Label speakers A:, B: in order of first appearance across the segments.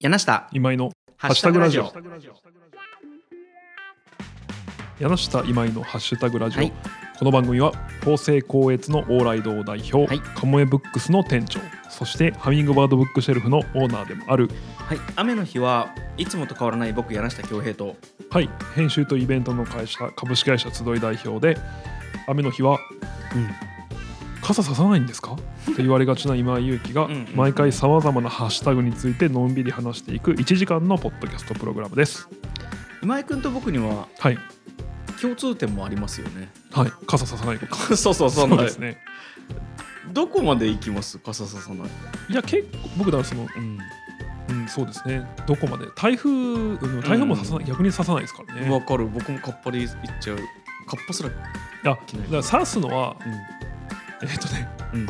A: 柳下
B: 今井の
A: ハッシュタグラジオ。
B: 柳下今井のハッシュタグラジオ。
A: はい
B: この番組は法政光悦の往来堂代表、
A: はい
B: カモエブックスの店長、そしてハミングバードブックシェルフのオーナーでもある、
A: はい、雨の日はいつもと変わらない僕柳下恭平と
B: はい、編集とイベントの会社株式会社集い代表で、雨の日は、
A: うん
B: 傘ささないんですかと言われがちな今井祐希が
A: うんうん
B: 毎回さまざまなハッシュタグについてのんびり話していく1時間のポッドキャストプログラムです。
A: 今井君と僕には
B: はい、
A: 共通点もありますよね
B: はい、傘ささないこと。
A: そうそうそう
B: そうですね。
A: どこまで行きます傘ささない、
B: いや結構僕だからその、
A: うん
B: うん、そうですねどこまで台風、うん台風も刺さない、逆に刺さないですからね
A: わかる僕もカッパで行っちゃうカッパすらう
B: あだから刺すのはえっとね
A: ん、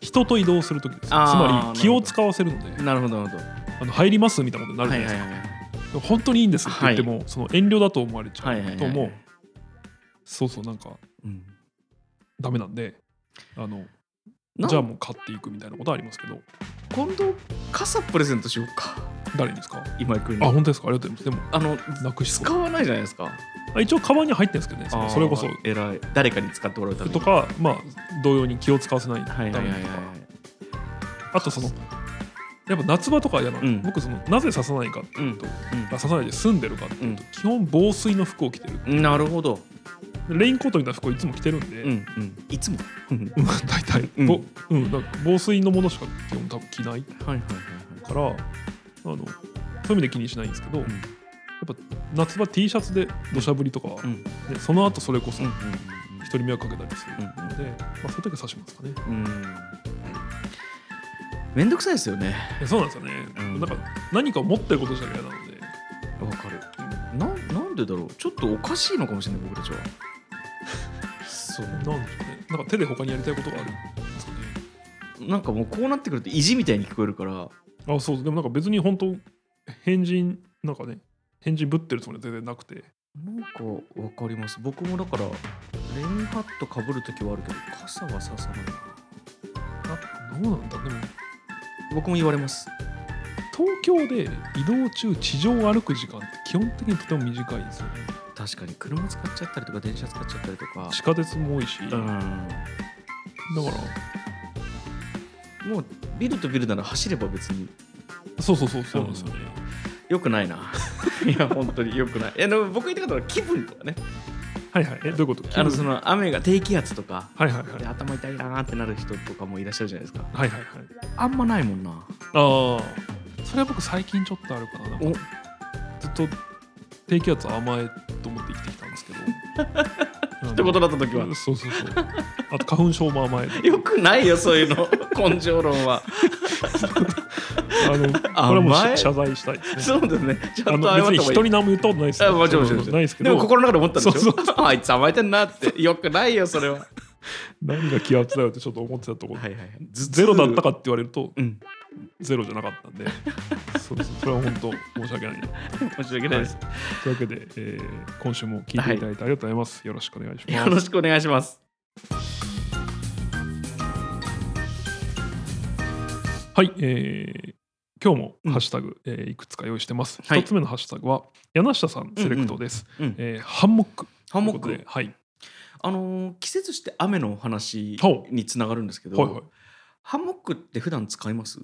B: 人と移動する時ですつ
A: あー
B: まり気を使わせるので
A: なるほどなるほ
B: あの入りますみたいなことにな
A: ど
B: る
A: は
B: じゃ
A: い
B: ない
A: はい
B: ですか、
A: はい
B: 本当にいいんですって言っても、その遠慮だと思われちゃ
A: はいはいうはい
B: ともう、そうそうなんか
A: うん
B: ダメなんであの
A: なん
B: じゃあもう買っていくみたいなことありますけど
A: 今度傘プレゼントしようか
B: 誰にですか
A: 今井君に
B: あ
A: あ
B: 本当ですかありがとうございます
A: の
B: でもなくしそう
A: 使わないじゃないですか
B: あ一応カバンに入ってるんですけどねそのそれこそ
A: あー偉い誰かに使ってもらうために
B: とかまあ同様に気を使わせないた
A: は
B: め
A: い
B: にと
A: はい
B: か、
A: はいはい
B: あとそのやっぱ夏場とかは嫌なの、
A: うん
B: 僕そのなぜ刺さないかっていうと、
A: うん
B: 刺さないで済んでるかっていうと、基本防水の服を着てる
A: なるほど。
B: でレインコートみたいな服をいつも着てるんで、
A: うんうん。いつも。うん
B: うん大体、
A: うん
B: ぼうんなんか防水のものしか基本多分着ないか
A: はいはいはい
B: らあのそういう意味で気にしないんですけど、
A: はい
B: やっぱ夏場 T シャツで土砂降りとかは、
A: うん
B: ねその後それこそ
A: うんうん
B: 人に迷惑かけたりする
A: うん
B: ので、まあ、そういう時は刺しますかね
A: うんうん。めんどくさいですよね。
B: いやそうなんですよね、
A: うん
B: なんか何かを持ってること自体が嫌なので、
A: わかる。ななんでだろう。ちょっとおかしいのかもしれない僕たちは。そう。
B: なんでしょうね。なんか手で他にやりたいことがあるんですかね。
A: なんかもうこうなってくると意地みたいに聞こえるから。
B: あ、そう、でもなんか別に本当、変人、なんかね、変人ぶってるつもりは全然なくて。
A: なんかわかります。僕もだからレインハットかぶるときはあるけど傘はささないな。
B: あ、どうなんだ。でも、
A: 僕も言われます。
B: 東京で移動中、地上を歩く時間って基本的にとても短いんですよね。
A: 確かに車使っちゃったりとか電車使っちゃったりとか。
B: 地下鉄も多いし、
A: う
B: だから、
A: ん。もうビルとビルなら走れば別に
B: そうそうそう、そうなんですよね。
A: よくない ないや本当によくないいやでも僕言いたかったのは気分とかね
B: はいはい。え、どういうこと
A: あのその雨が低気圧とか
B: はいはいはい。
A: で頭痛いなーってなる人とかもいらっしゃるじゃないですか
B: はいはいはい。
A: あんまないもんな
B: ああ、それは僕最近ちょっとあるかな。なん
A: お。
B: かずっと低気圧甘えと思って生きてきたんですけど
A: ってことだった時は
B: うんそうそうそう。あと花粉症も甘え。
A: よくないよそういうの 根性論は
B: あのこれはもう
A: 甘え
B: し謝罪したいですね。
A: そうですねちゃ
B: あ
A: んと
B: の
A: 謝った
B: 別に
A: 方がいい
B: 人に何も言ったことないです
A: あもちろんもちろんもちろん
B: ないですけ
A: で
B: ど
A: も心の中で思ったんでしょ
B: そう
A: あいつ甘えてんなってよくないよそれはは
B: 何が気圧だよってちょっと思ってたとこ
A: い
B: ろ、
A: はいはい
B: ゼロだったかって言われると
A: うん
B: ゼロじゃなかったんでそうそうそれは本当申し訳ないな
A: 申し訳ないです、
B: というわけで、えー今週も聞いていただいてありがとうございます、よろしくお願いし
A: よ
B: ま
A: ろ
B: す
A: しくお願いします
B: はい、えー今日もハッシュタグ、えーいくつか用意してます。一、
A: はい
B: つ目のハッシュタグは柳下さんセレクトです。
A: うん
B: えーハンモック。
A: ハンモック
B: ということではい。
A: あのー季節して雨のお話
B: ほ
A: につながるんですけど、
B: はいはい。
A: ハンモックって普段使います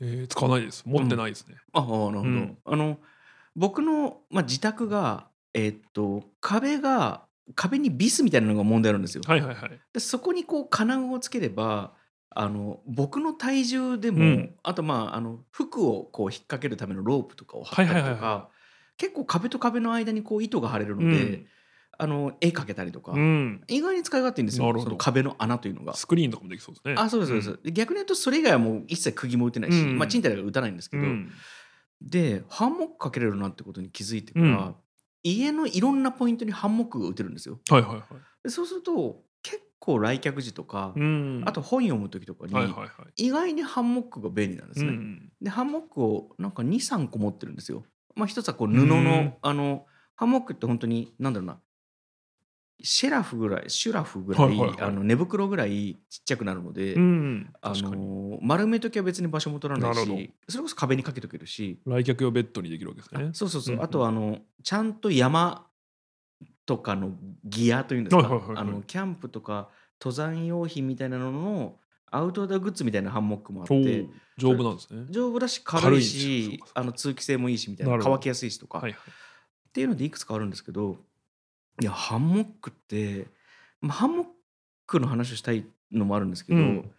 B: えー使わないです。持ってないですね。
A: ああなるほど、
B: うん
A: あの僕の、まあ、自宅が、えーっと壁が壁にビスみたいなのが問題あるんですよ、
B: はいはいはい。
A: でそこにこう金具をつければあの僕の体重でも、
B: うん
A: あとまああの服をこう引っ掛けるためのロープとかを張ったりとか、
B: はいはいはいは
A: 結構壁と壁の間にこう糸が張れるので、
B: うん
A: あの絵描けたりとか、
B: うん。
A: 意外に使い勝手いいんですよ
B: なるほ
A: そ
B: ど
A: の壁の穴というのが。
B: スクリーンとかもできそうですね。
A: あそうですそうです、で逆に言うとそれ以外はもう一切釘も打てないし、
B: うん
A: まあ、賃貸だから打たないんですけ
B: うん。
A: ど、
B: うん
A: でハンモックかけれるなってことに気づいてから、
B: うん
A: 家のいろんなポイントにハンモックが打てるんですよ。
B: はいはいはい。
A: でそうすると結構来客時とか、
B: うん。
A: あと本読む時とかに、
B: はいはいはい。
A: 意外にハンモックが便利なんですね。
B: うん
A: でハンモックをなんか23個持ってるんですよ。まあ、一つはこう布
B: う
A: の、
B: ん
A: あのハンモックって本当に何だろうなシェラフぐらいシュラフぐらい,、
B: はいはいはい
A: あの寝袋ぐらいちっちゃくなるので、
B: うん、
A: あ
B: 確かに
A: の丸めときは別に場所も取らない
B: なるほど
A: しそれこそ壁にかけとけるし、
B: 来客用ベッドにできるわけです
A: あ
B: ね
A: そうそうそう、
B: うんうん
A: あとあのちゃんと山とかのギアというんです
B: はいはいはい
A: か
B: はい
A: あのキャンプとか登山用品みたいなののアウトドアグッズみたいなハンモックもあっ
B: お
A: て
B: ー丈夫なんですね
A: 丈夫だし
B: 軽
A: 軽
B: い
A: い
B: んですよそう
A: し
B: かそうか
A: あの通気性もいいしみたい
B: な
A: な
B: るほど
A: 乾きやすいしとか、
B: はいはい
A: っていうのでいくつかあるんですけどいやハンモックって、まあ、ハンモックの話をしたいのもあるんですけど、
B: うん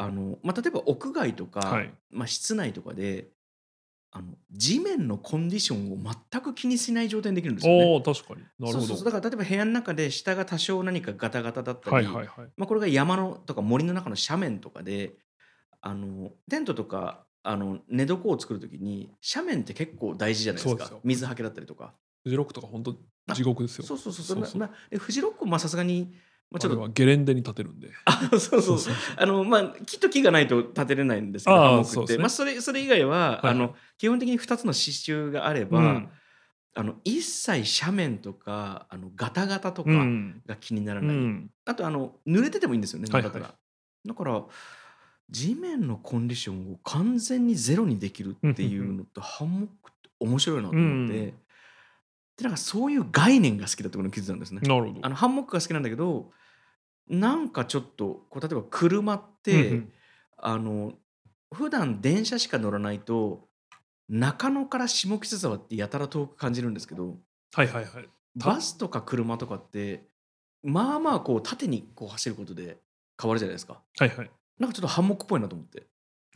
A: あのまあ、例えば屋外とか、
B: はい
A: まあ、室内とかであの地面のコンディションを全く気にしない状態にできるんですよね。
B: おー確かになる
A: そう
B: ほ
A: そ
B: ど
A: うそうだから例えば部屋の中で下が多少何かガタガタだったり、
B: はいはいはい
A: まあ、これが山のとか森の中の斜面とかであのテントとかあの寝床を作るときに斜面って結構大事じゃないです
B: そうで
A: か
B: すよ
A: 水はけだったりとか。
B: フジロックとか本当地獄ですよ
A: そうそうそうそ
B: そううそう
A: まあでフジロックもまあさすがに、まあ、ち
B: あ
A: ょ
B: れ
A: っと
B: はゲレンデに立てるんで
A: あ そうそうそうあのまあ木と木がないと立てれないんですけど
B: あー
A: ハンモックって
B: そうですね
A: まあ、それそれ以外は、
B: はい
A: あの基本的に2つの支柱があれば、
B: うん
A: あの一切斜面とかあのガタガタとか
B: うん
A: が気になら
B: う
A: ない、
B: ん
A: あとあの濡れててもいいんですよね
B: はい
A: ガ
B: は
A: タ
B: い
A: が、だから地面のコンディションを完全にゼロにできるっていうのってハンモックって面白いなと思って、
B: うん
A: でなんかそういう概念が好きだってことに気づいたんですね。
B: なるほど
A: あのハンモックが好きなんだけどなんかちょっとこう例えば車って、
B: うんうん
A: あの普段電車しか乗らないと中野から下北沢ってやたら遠く感じるんですけど
B: はいはいはいた
A: バスとか車とかってまあまあこう縦にこう走ることで変わるじゃないですか
B: はいはい
A: なんかちょっとハンモックっぽいなと思って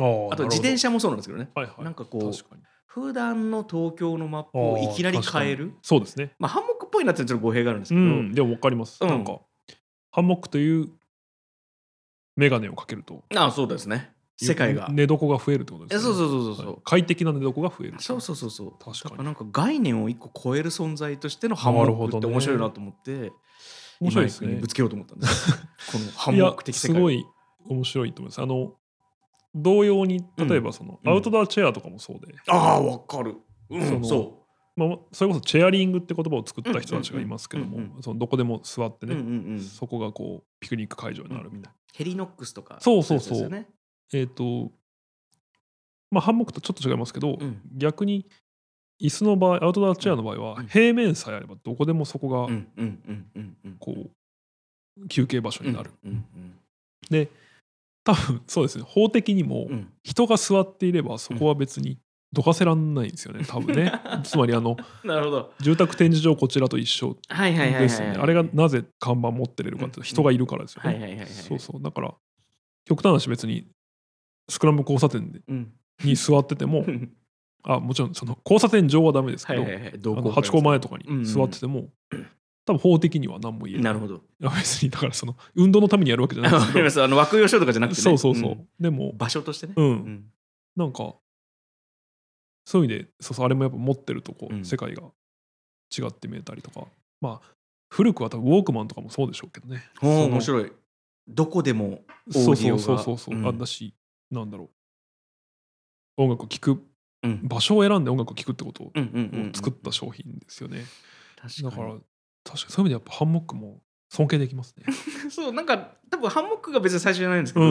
B: あー
A: あと自転
B: なる
A: 車もそうなんですけどね
B: ほどはいはい
A: なんかこう
B: 確かに
A: 普段の東京のマップをいきなり変え
B: あー
A: る
B: 確かにそうですね
A: まあハンモックっぽいなってちょっと語弊があるんですけ
B: う
A: ど、
B: ん、でも分かります、
A: うん
B: なんかハンモックという眼鏡をかけると
A: ああそうですね世界が
B: 寝床が増えるってことで
A: え
B: す
A: そうそううそうそうそう、
B: 快適な寝床が増える
A: そうそうそうそう
B: 確かに
A: だらなんか概念を一個超える存在としてのハンモックって面白いなと思って、
B: 面白いです
A: 今井君に
B: ね
A: ぶつけようと思ったんです このハンモック的世界
B: いやすごい面白いと思いますあの同様に例えばその、
A: うん
B: アウトドアチェアとかもそうで、
A: ああわかるうん
B: そ
A: そ
B: の
A: そ
B: まあ、それこそチェアリングって言葉を作った人たちがいますけども、
A: うんうんうんう
B: そのどこでも座って
A: う、
B: ね、
A: うんうんうん
B: そこがこうピクニック会場になるみたいな、
A: ヘリノックスとか
B: そうそうそう
A: いやつですよね
B: えっ、と、まあ、ハンモックとちょっと違いますけど、
A: うん
B: 逆に椅子の場合、アウトドアチェアの場合は、
A: うん
B: 平面さえあればどこでもそこ
A: う
B: が
A: んうんうんうんうん
B: こう休憩場所になる。
A: うんうん
B: 多分 そうですね、法的に
A: うん
B: も
A: うん
B: 人が座っていればそこは別にどかせらんないんですよね、多分ね。 つまりあの
A: なるほど
B: 住宅展示場こちらと一緒
A: はいはいはいはい
B: ですね。あれがなぜ看板持ってれるかって
A: うん
B: 人がいるからですよ
A: はいはい
B: ね。
A: はいはい
B: そうそうだから極端な話別にスクランブル交差点で
A: うん
B: に座っててもあもちろんその交差点上はダメです
A: は
B: け
A: い
B: ど、
A: はいはい同
B: あ
A: 好
B: の
A: 会
B: ハチ公前とか
A: うんう
B: に
A: ん
B: 座ってても、多分法的には何も言えな
A: な
B: い
A: るほど
B: いや別にだからその運動のためにやるわけじゃない で
A: わ
B: す
A: かり
B: け
A: ますあの枠用書とかじゃな
B: ど
A: くてね
B: そうそうそう、
A: ん
B: でも
A: 場所としてね
B: うん、
A: うん
B: なんかそういう意味でそうそうあれもやっぱ持ってるとこう、
A: うん
B: 世界が違って見えたりとかまあ古くは多分ウォークマンとかもそうでしょうけどね
A: おー
B: その
A: 面白いどこでも
B: そう
A: オーディ
B: そ
A: オ
B: う
A: が
B: そうそうそう、
A: うん
B: あんだしなんだろう音楽を聴く
A: うん
B: 場所を選んで音楽を聴くってことを
A: うんうんうんうん
B: 作った商品ですよね、
A: 確
B: だ
A: か
B: から
A: に
B: 確かにそういう意味でやっぱハンモックも尊敬でき ますね。
A: そうなんか多分ハンモックが別に最初じゃないんですけど、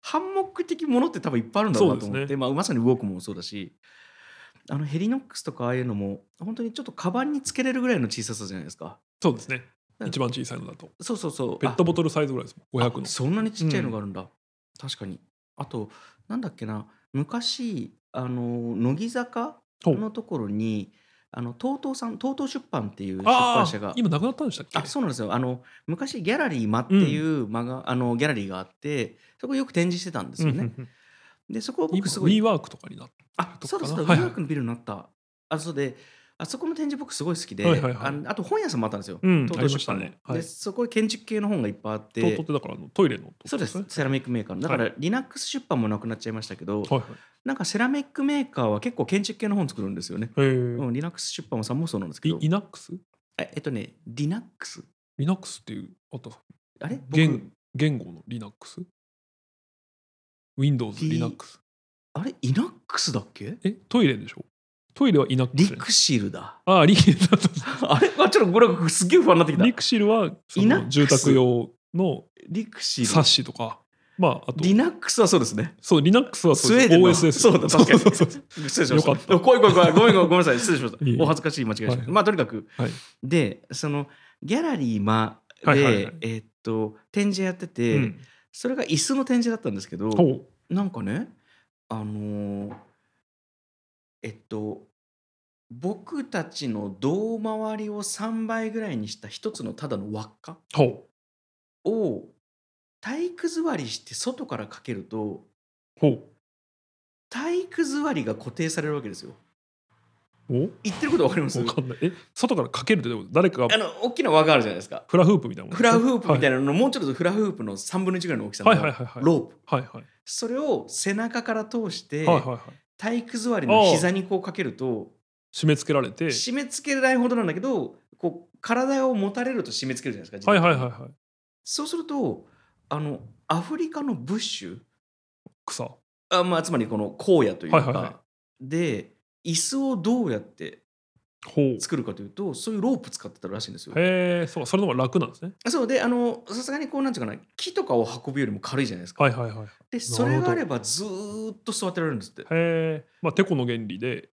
A: ハンモック的ものって多分いっぱいあるんだろうなと
B: そう
A: 思
B: で
A: っ
B: す
A: て、まあ、まさにウォークもそうだしあのヘリノックスとかああいうのも本当にちょっとカバンにつけれるぐらいの小ささじゃないですか
B: そうですね
A: う。ん
B: 一番小さいのだと
A: そうそうそう
B: ペットボトルサイズぐらいですもん。
A: あ
B: 500の。
A: そんなにちっちゃいのがあるんだ、確かにあとなんだっけな昔あの乃木坂
B: ほう
A: のところにあの TOTO さん TOTO 出版っていう出
B: あ
A: 版
B: あ
A: 社が
B: 今なくなったんでしたっけ？
A: あそうなんですよあの昔ギャラリー間っていう間が、あのギャラリーがあってそこよく展示してたんですよね、
B: うんうんうん
A: でそこを
B: 今
A: 僕すご
B: WeWork
A: い
B: とかになって。
A: あ
B: と
A: そ
B: か
A: う
B: か
A: だ
B: な
A: そうだ、
B: はい
A: ニュ
B: は
A: ー
B: い
A: ヨークのビルになったあそうであそこの展示僕すごい好きで、
B: はいはいはい
A: あのあと本屋さんもあったんですよ、
B: うん
A: 東
B: あ
A: 都
B: りまし
A: 出
B: た
A: 版の、
B: ね。はい
A: で。そこで建築系の本がいっぱいあって
B: トートってだからあのトイレのトート。
A: そうですセラミックメーカーのだから、リナックス出版もなくなっちゃいましたけど、
B: はいはい。
A: なんかセラミックメーカーは結構建築系の本作るんですよね、
B: え
A: う
B: ー。
A: ん、リナックス出版もさんもそうなんですけど
B: リナックス？
A: ええっとねリナックス
B: リナックスっていうあった
A: あれ僕
B: 言言語のリナックス？Windows リナックス。
A: あれイナックスだっけ
B: えトイレでしょ？トイレはイナック
A: リ
B: ス。
A: クシルだ
B: ああ、リク
A: あれあちょっとこれすっげえ不安になってきた
B: リクシルはそ
A: イナッ
B: の
A: クス
B: 住宅用の
A: リクシル
B: サッシとか、まあ、あと
A: リ、ナックスはそうですね
B: そう、リナックスは
A: ス
B: そ
A: ウ
B: う
A: ェー
B: です
A: デンの
B: OS です。
A: そうだ確かに
B: そうそうそう
A: 失礼しました
B: よかった
A: 怖い怖い怖いごめんごめんごめんなさい失礼しました、
B: いえいえ
A: お恥ずかしい間違いでした、
B: はい
A: まあとにかく、
B: はい
A: でそのギャラリー間で、
B: はいはいはい
A: えーっと展示やってて、
B: うん
A: それが椅子の展示だったんですけど
B: ほう
A: なんかねあのーえっと僕たちの胴回りを3倍ぐらいにした一つのただの輪っか
B: ほう
A: を体育座りして外からかけると
B: ほう
A: 体育座りが固定されるわけですよ。
B: お
A: 言ってることわかります
B: わかんない。え、外からかけるってでも誰か
A: あ
B: が
A: の大きな輪があるじゃないですか。
B: フラフープみたいなもん
A: フラフープみたい
B: な。
A: なのの、もうちょっとフラフープの3分の1ぐらいの大きさの
B: はいは
A: ロ
B: い
A: ープ、
B: はいはい。はいはい。
A: それを背中から通して
B: はいはいはい。
A: 体育座りの膝にこうかけると
B: 締め付けられて。
A: 締め付けないほどなんだけどこう体を持たれると締め付けるじゃないですか、
B: はいはいはい
A: 自分
B: は
A: で
B: い。
A: そうするとあのアフリカのブッシュ
B: 草。は
A: あ、まあ、つまりこの荒野というか、
B: はいはいはい
A: で椅子をどうやって
B: ほう。
A: 作るかというとそういうロープ使ってたらしいんですよ。
B: へえ、そうか、それの方が楽なんですね。
A: そうであのさすがにこうなんていうかな木とかを運ぶよりも軽いじゃないですか。
B: はいはいはい。へ
A: でそれがあればずーっと座ってられるんですって。
B: え、まあ、てこの原理で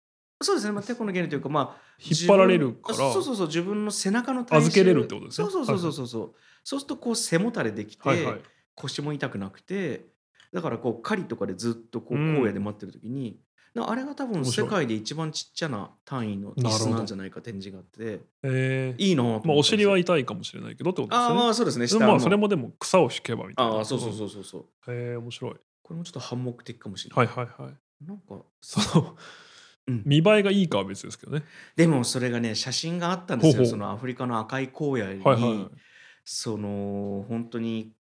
A: そうですね、まあ、てこの原理というか、まあ、
B: 引っ張られるから。
A: 自分そうそうそう自分の背中の体重
B: 預けれるってことですね
A: そうそうそうそうそう、そうするとこう背もたれできて、
B: はいはい。
A: 腰も痛くなくてだからこう狩りとかでずっとこう
B: うん
A: 荒野で待ってる時に、なあれが多分
B: 面白
A: 世
B: い
A: 界で一番ちっちゃな単位の椅子なんじゃないか展示があって
B: ええ。
A: いいなと思ったんですよ
B: まあ、お尻は痛いかもしれないけどってことです
A: ああ
B: よね
A: ま。あそうですね
B: で
A: 下
B: もま
A: の
B: あ、それもでも草を引けばみたいな。
A: ああそうそうそうそうそう
B: うん。へえ、面白い。
A: これもちょっと反目的かもしれな
B: はい
A: い、
B: はいはい。
A: なんか
B: その
A: うん
B: 見栄えがいいかは別ですけどね。
A: でもそれがね写真があったんですよ
B: ほうほう
A: そのアフリカの赤い荒野に、
B: はいはいはい。
A: その本当に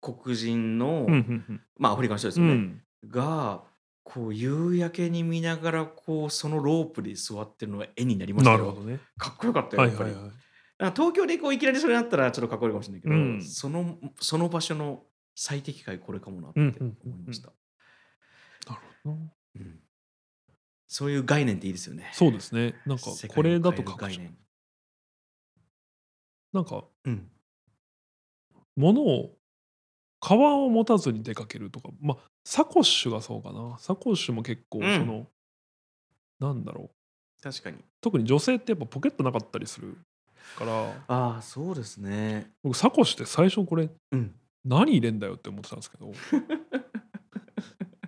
A: 黒人の、
B: うんうん
A: まあアフリカの人です
B: う
A: よ
B: ん。う
A: ね、
B: ん。
A: がこう夕焼けに見ながらこうそのロープで座ってるのが絵になりました
B: な
A: よ
B: るほどね。
A: かっこよかったよ
B: は
A: や
B: い
A: っぱ
B: は
A: り、
B: いはい。
A: なんか東京でこういきなりそれだったらちょっとかっこいいかもしれないけど、
B: うん
A: そのその場所の最適解これかもなって思いました、
B: なるほど。
A: うんそういう概念っていいですよね
B: そうですね。なんか
A: 世界を
B: これだ
A: 変え
B: と
A: る
B: 確
A: 概
B: 信
A: 念
B: なんか
A: うん
B: 物を皮を持たずに出かけるとか、まあサコッシュがそうかな。サコッシュも結構
A: う
B: そ
A: ん
B: の、なんだろう。
A: 確かに
B: 特に女性ってやっぱポケットなかったりするから、
A: ああそうですね
B: 僕サコッシュって最初これ
A: うん
B: 何入れんだよって思ってたんで すけど、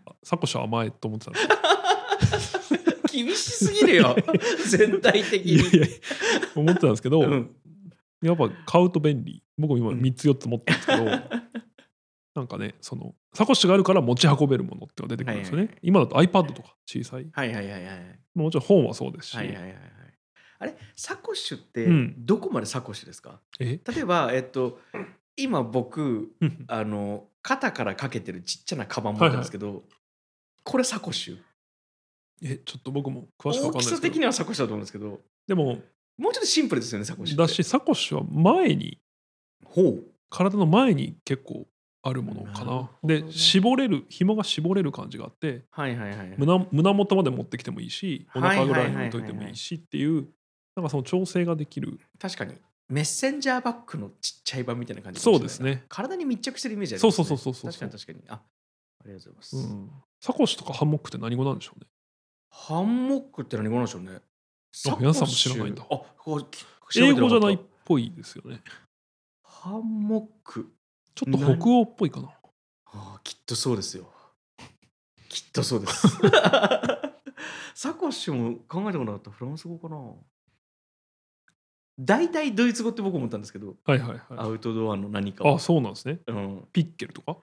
B: あサコッシュ甘いと思ってたんですけど
A: 厳しすぎる よ全体的
B: いや
A: に
B: いや思ってたんですけど、
A: うん
B: やっぱ買うと便利僕も今
A: うん
B: 3つ4つ持ってるんですけ ど、なんかねそのサコッシュがあるから持ち運べるものっていうのが出てくるんですよね、
A: はいはいはい
B: 今だと iPad とか小さい
A: はいはいはいはい
B: もちろん本はそうですし、
A: はいはいはいはい。あれサコッシュって
B: うん
A: どこまでサコッシュですか、
B: え
A: 例えば、えっと、今僕
B: うん
A: あの肩からかけてるちっちゃなカバン持ってるんですけど、これサコッシュ
B: えちょっと僕も詳しくわ
A: 大
B: かん
A: き
B: ないで
A: さ
B: すけ
A: 的
B: ど
A: にはサコッシュだと思うんですけど
B: でも
A: もうちょっとシンプルですよねサコッシュって
B: だしサコッシュは前に
A: ほう
B: 体の前に結構あるものか
A: なる
B: な
A: ほどね
B: で絞れる紐が絞れる感じがあって
A: はいはいはいはい
B: 胸胸元まで持ってきてもいいしお腹ぐらいに置いといてもいいしっていうなんかその調整ができる
A: 確かにメッセンジャーバッグのちっちゃい版みたいな感じかも
B: そう
A: しれ
B: で
A: ない
B: すね、
A: 体に密着してるイメージあり
B: そ
A: ま
B: う
A: すね
B: そうそうそうそう
A: 確かに確かにあありがとうございます、
B: うん、サコッシュとかハンモックって何語なんでしょうね
A: ハンモックって何語なんでしょうねサコッシュ
B: 皆さんも知らないんだ
A: あこう調べて
B: 英
A: か
B: 語
A: った
B: じゃないっぽいですよね。
A: ハンモック。
B: ちょっと北欧っぽいかな。
A: ああ、きっとそうです よ。きっとそうです。サコッシュも考えてこなかったフランス語かな。大体ドイツ語って僕思ったんですけど、
B: はいはい
A: ア
B: はい。
A: ウトドアの何か
B: あ
A: を、
B: そうなんですね。
A: うん、
B: ピッケルとか。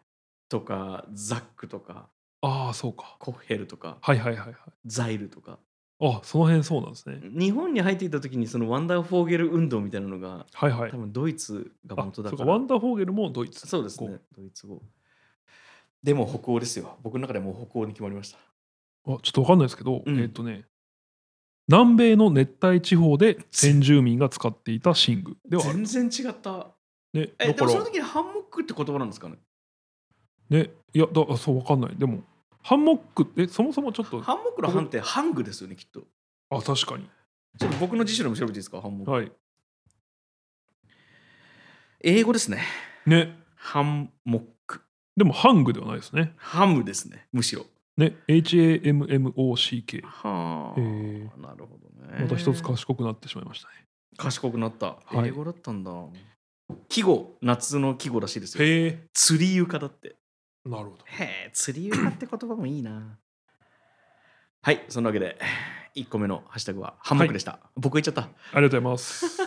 A: とかザックとか
B: ああ、そうか。
A: コッヘルとか
B: はいはいはいはい。
A: ザイルとか
B: あその辺そうなんですね。
A: 日本に入っていた時にそのワンダーフォーゲル運動みたいなのが
B: はいはい
A: 多。分ドイツが
B: あ
A: 元
B: そう
A: だか
B: からワンダーフォーゲルもドイツ。
A: そうですねドイツ語でも北欧ですよ僕の中でもう北欧に決まりました
B: あちょっとわかんないですけど、
A: うん
B: えーっとね、南米の熱帯地方で先住民が使っていた寝具ではある。
A: 全然違った
B: ね、
A: え
B: だ
A: で
B: か
A: も
B: ら
A: その、時にハンモックって言葉なんですかね
B: ね、いや、だそうわかんない。でも、ハンモックって、そもそもちょっと、
A: ハンモックのハンってハングですよねきっと
B: あ、確かに。
A: ちょっと僕の辞書でも調べていいですか、ハンモック。
B: はい。
A: 英語ですね。
B: ね。
A: ハンモック。
B: でも、ハングではないですね。
A: ハムですね、むしろ。
B: ね。HAMMOCK。
A: はあ、
B: えー
A: なるほどね。
B: また一つ賢くなってしまいました
A: 賢くなった。
B: はい
A: 英語だったんだ。季語、夏の季語らしいです
B: ね。
A: よ。
B: へえ。
A: 釣り床だって。
B: なるほど。
A: へえ、釣り床って言葉もいいな。はい、そんなわけで、1個目のハッシュタグはハンモックでした。僕言っちゃった。
B: ありがとうござ います。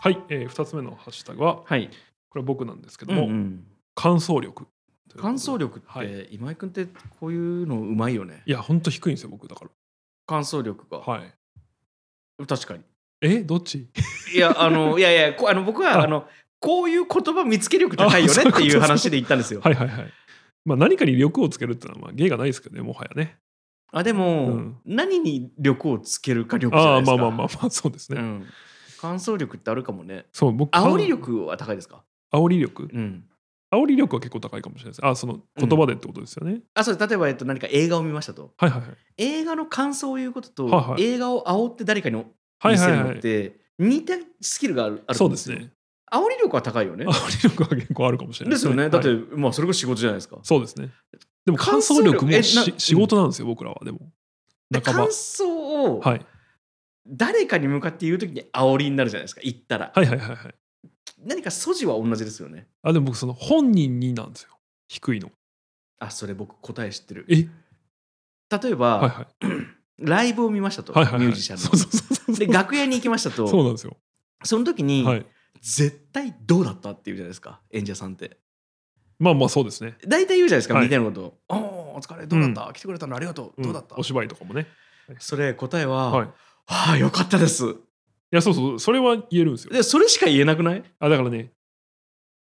B: はい、えー、2つ目のハッシュタグは、
A: はい。
B: これは僕なんですけど
A: うん
B: も、
A: うん
B: 乾燥力ということで。
A: 乾燥力って、
B: はい。い
A: 今井君ってこういうのうまいよね。
B: や、ほんと低いんですよ、僕だか
A: 乾燥力が。
B: ら。はい。
A: 確かに。
B: え、どっち
A: いや、あの、い やいや、こあの僕は、
B: あ
A: あの、こういう言葉見つけ力高いよ
B: あそうい
A: ね
B: う
A: っ
B: こと
A: ていう話で言ったんですよ。
B: はいはいはい。まあ、何かに力をつけるっていうのは、まあ、芸がないですけどね、もはやね。
A: あ、でも、
B: うん
A: 何に力をつけるか力じゃな
B: あ
A: い
B: あ、
A: です
B: ま
A: か。
B: あまあまあまあ、そうですね。
A: うん。乾燥力ってあるかもね。
B: そう、僕、
A: 煽り。力は高いですか
B: 煽り力
A: うん。
B: 煽り力は結構高いかもしれないです。あ、その言葉でってことですよね。
A: あ、そう、例えば、えっと、何か映画を見ましたと。
B: はいはいはい。
A: 映画の感想を言うことと、
B: はいはい
A: 映画を煽って誰かに
B: はい
A: 見
B: は
A: せ
B: い
A: る
B: は
A: のっ
B: い。
A: て、似たスキルがあるあると
B: そう
A: 思ん
B: です
A: よ
B: ね。
A: 煽り力は高いよね
B: 煽。り力は結構あるかもしれない
A: ですよね。だって、
B: はい
A: まあ、それが仕事じゃないですか。
B: そうですね。でも
A: 感
B: 感
A: 想
B: 想
A: 力
B: 力も
A: えな
B: し
A: うん
B: 仕事なんですよ、僕らは。でも。
A: で
B: 仲
A: 感
B: 間。
A: 想を
B: はい、
A: 誰かに向かって言うときに煽りになるじゃないですか、言ったら。
B: はいはいはいはい。
A: 何か素地は同じですよね。
B: あ、でも僕、その本人になんですよ。低いの。
A: あ、それ僕答え知ってる。
B: え
A: 例えば、
B: はいはい。
A: ライブを見ましたと、
B: はいはいはい。
A: ミュージシャン
B: そう
A: の。
B: そうそうそう。
A: で、楽屋に行きましたと、
B: そう
A: そ
B: なんですよ。
A: の時に、
B: はい。
A: 絶対どうだったっていうじゃないですか、演者さんって。
B: まあまあ、そうですね。
A: 大体言うじゃないですか、
B: はい
A: みたいなことを。おーお疲れ、どうだった、来てくれたのありがとう、
B: ん
A: どうだった
B: お芝居とかもね。
A: それ答えは、
B: はい。い
A: ああ、よかったです。
B: や、そうそう、それは言えるんですよ。
A: で、それしか言えなくない
B: あ、だからね、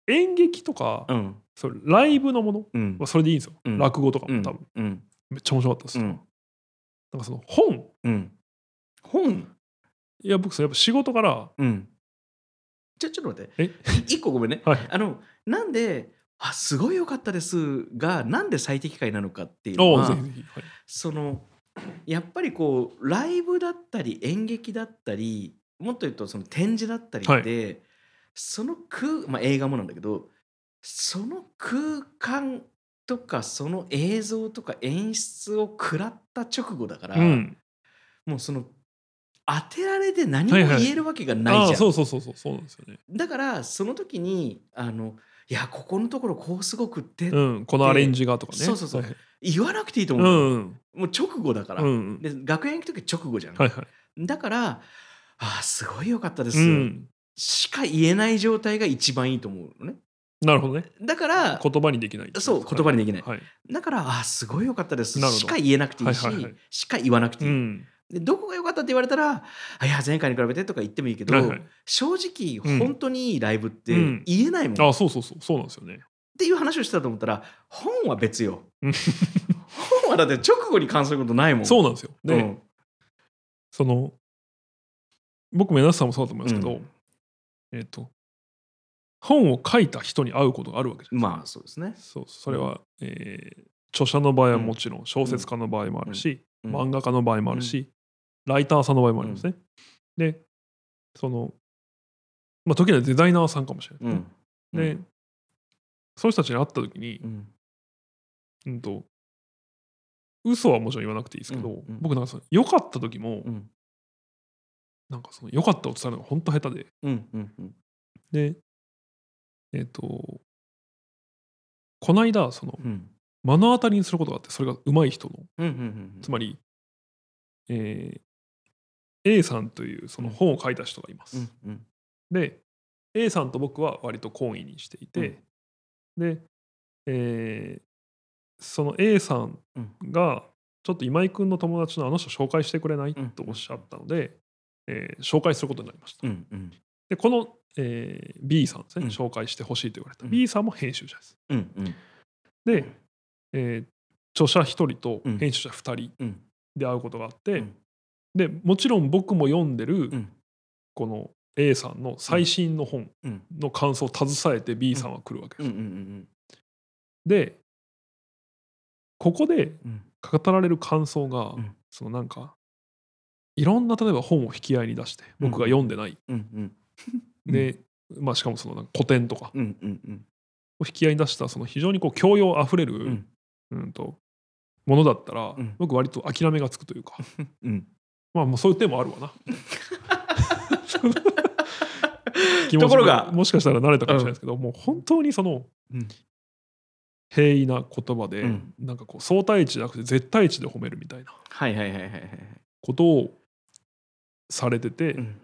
B: 演劇とか、
A: うん。
B: それライブのもの
A: うん
B: は。それでいいんですよ。
A: うん
B: 落語とか
A: う
B: も
A: ん
B: 多分、
A: うん。
B: めっちゃ面白かったです。
A: うん。
B: なんかその本、
A: うん。本
B: いや、僕、それやっぱ仕事 から、
A: うん。ちょ、ちょっと待って。
B: え
A: 一個ごめんね。
B: はい。
A: あの、なんで、あ、すごい良かったですが、なんで最適解なのかっていうの
B: おお、
A: は
B: ぜひぜひ。はい
A: その、やっぱりこう、ライブだったり、演劇だったり、もっと言うと、その展示だったりって、その空、まあ映画もなんだけど、その空間とか、その映像とか演出を食らった直後だから、
B: うん。
A: もうその、当てられて何も
B: はいはい
A: 言えるわけがないじゃん。
B: ああそうそうそうそうそうなんですよね。
A: だからその時にあのいやここのところこうすごくって
B: うん、このアレンジがとかね。
A: そうそうそう
B: はい
A: 言わなくていいと
B: う
A: 思う、
B: ん
A: もう直後だから、
B: うんうん。
A: で学園行く時直後じゃん、
B: はいはい。
A: だからあーすごい良かったです、
B: うん。
A: しか言えない状態が一番いいと思うのね
B: なるほどね。
A: だから
B: 言葉にできない。
A: そう言葉にできない
B: はい。
A: だからあーすごい良かったです
B: なるほど
A: しか言えなくていいし、
B: はいはいはい
A: しか言わなくて
B: う
A: いい、
B: ん。
A: でどこが良かったって言われたらあいや前回に比べてとか言ってもいいけど、
B: はいはい。
A: 正直、
B: うん
A: 本当にいいライブって
B: うん
A: 言えないもん、
B: あ
A: っ
B: あ、そうそうそう。そうなんですよね。
A: ていう話をしてたと思ったら本は別よ
B: うん
A: 本はだって直後に関することないもん。
B: そう
A: う
B: なんですよ。で、
A: ん
B: その、僕も皆さんもそうだと思いますけ
A: う
B: ど、えっと、本を書いた人に会うことがあるわけじゃないですか。
A: まあそうですね。
B: そう、それは、えー著者の場合はもちろん、小説家の場合もあるし、
A: うん
B: 漫画家の場合もあるし、ライターさんの場合もありますね。で、その、まあ、時にはデザイナーさんかもしれ
A: う
B: ない。
A: ん。
B: で、そういう人たちに会った時に
A: う、ん、
B: うんと、嘘はもちろん言わなくていいですけど、
A: うんうん
B: 僕なんかその良かった時も、
A: うん。
B: なんかその良かったを伝えるのが本当下手で、
A: うん。うん。うん。
B: で、えっ、と、こないだその
A: うん。
B: 目の当たりにすることがあって、それが上手い人の
A: うん。うん。
B: つまり、えー A さんというその本を書いた人がいます。
A: うん。うん。
B: で A さんと僕は割と懇意にしていて、で、えーその A さんがちょっと今井君の友達のあの人紹介してくれない
A: うん
B: とおっしゃったので、えー紹介することになりました。
A: うん。うん。
B: でこの、えー B さんですね、
A: うん
B: 紹介してほしいと言われた、
A: うん
B: B さんも編集者です。
A: うん。うん。
B: で、えー著者1人と
A: うん
B: 編集者2人
A: うん。
B: で会うことがあって、
A: うん
B: でもちろん僕も読んで
A: う
B: る
A: ん。
B: この A さんの最新の本
A: うん。
B: の感想を携えて B さんは来るわけ
A: う
B: です、
A: ん。
B: でここで
A: うん
B: 語られる感想が、
A: うん
B: そのなんかいろんな例えば本を引き合いに出して
A: うん
B: 僕が読んでない、
A: うんうん
B: で、まあ、しかもそのなんか古典とか
A: うんうん
B: を引き合いに出したその非常にこう教養あふれる、
A: う
B: うん
A: うん
B: ん、とものだったら、
A: うん
B: 僕割と諦めがつくというか
A: うん
B: まあもうそういう手もあるわ な。気持ち
A: ところが
B: もしかしたら慣れたかもしれないですけど、もう本当にその
A: うん
B: 平易な言葉で、
A: うん
B: なんかこう相対値じゃなくて絶対値で褒めるみたいな
A: はいはいはいはいはいはい
B: ことをされてて、
A: うん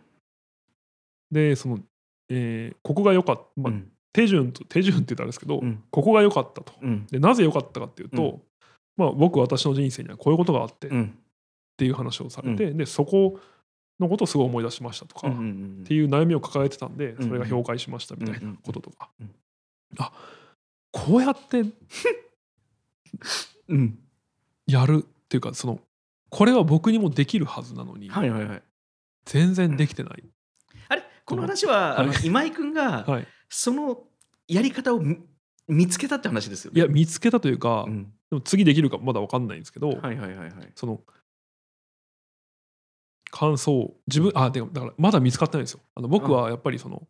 B: でその、えーここが良かった、まあ
A: うん
B: 手順と手順って言ったらあれですけど、
A: うん
B: ここが良かったと
A: うん
B: でなぜ良かったかっていうと、
A: うん
B: まあ、僕私の人生にはこういうことがあってっ
A: うん
B: ていう話をされて、でそこのことをすごい思い出しましたとか、
A: うんうんう
B: っ
A: ん
B: ていう悩みを抱えてたんで
A: うん
B: それが評価しましたみたいなこととか、
A: うんうん
B: あこうやって
A: うん
B: やるっていうかそのこれは僕にもできるはずなのに、
A: はいはいはい
B: 全然できてない、
A: あれこの話はあの
B: は
A: 今井君が
B: はい、
A: そのやり方をみ見つけたって話ですよ
B: い
A: ね
B: や見つけたというか、
A: うん
B: でも次できるかまだ分かんないんですけど、
A: はいはいはいはい
B: その感想自分あでもだからまだ見つかってないんですよあの僕はやっぱりその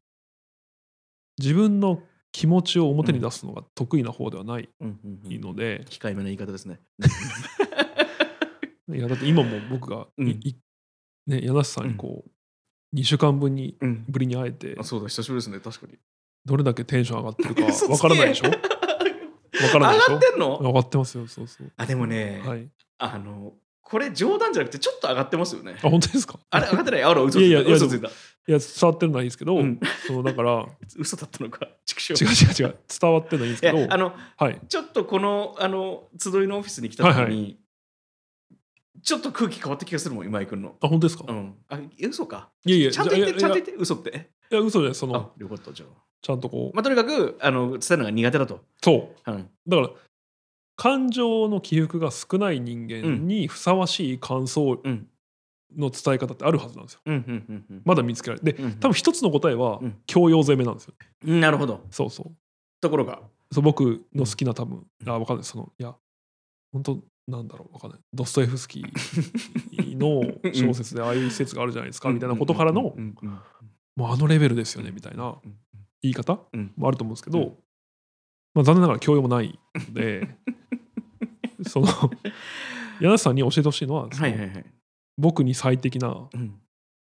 B: 自分の気持ちを表に出すのが得意な方ではない
A: うんうんうん
B: ので、
A: 控えめな言い方ですね
B: いやだって今も僕が、
A: うん
B: いいね、柳瀬さんにこう、2週間分に
A: うん
B: ぶりに会えて
A: あそうだ久しぶりですね確か に
B: どれだけテンション上がってる か
A: 嘘つけ
B: わからないでしょわか
A: 上
B: らないでし
A: が
B: ょ
A: ってんの
B: 上がってますよそうそう
A: あでもね、
B: はい
A: あのこれ冗談じゃなくてちょっと上がってますよね
B: あ本当ですか
A: あれ上がってないあら嘘つ
B: い
A: い
B: や
A: た
B: いやいや
A: 嘘ついた
B: いや伝わってるのはいいですけど、
A: うん
B: そのだから
A: 嘘だったのか 畜生
B: 違う違う違う伝わってるのはいいんですけ
A: い
B: ど
A: やあの
B: はい
A: ちょっとこのあの集いのオフィスに来た時に、
B: はいは
A: ちょっと空気変わった気がするもん今井君の
B: あ本当ですか、
A: うんあえ嘘か
B: いやいや
A: ちゃんと言ってち
B: じ
A: ゃ
B: あ
A: んと
B: い
A: 言
B: や
A: って嘘って
B: いや嘘じゃないそ
A: あ
B: の
A: よかったじゃあ、
B: ちゃんとこう、
A: まあ、とにかくあの伝えるのが苦手だと、
B: そ
A: うん、
B: うだから感情の起伏が少ない人間にふさわしい感想
A: うん
B: の伝え方ってあるはずなんですよ
A: うんうんうんうん
B: まだ見つけられてで
A: うん
B: 多分一つの答えは
A: うん
B: 教養攻めなんですよね、
A: うんなるほど
B: そうそう
A: ところが
B: そう僕の好きな多分あ分かんないそのいや本当なんだろう分かんないドストエフスキーの 小説でああいう説があるじゃないですかみたいなことからの
A: うんうんうん
B: もうあのレベルですよねみたいな
A: うん
B: 言い方
A: うん
B: もあると思うんですけど、
A: うん
B: まあ、残念ながら教養もない のでその柳瀬さんに教えてほしいのは、そ
A: は
B: の
A: いはいはい、
B: 僕に最適な
A: うん、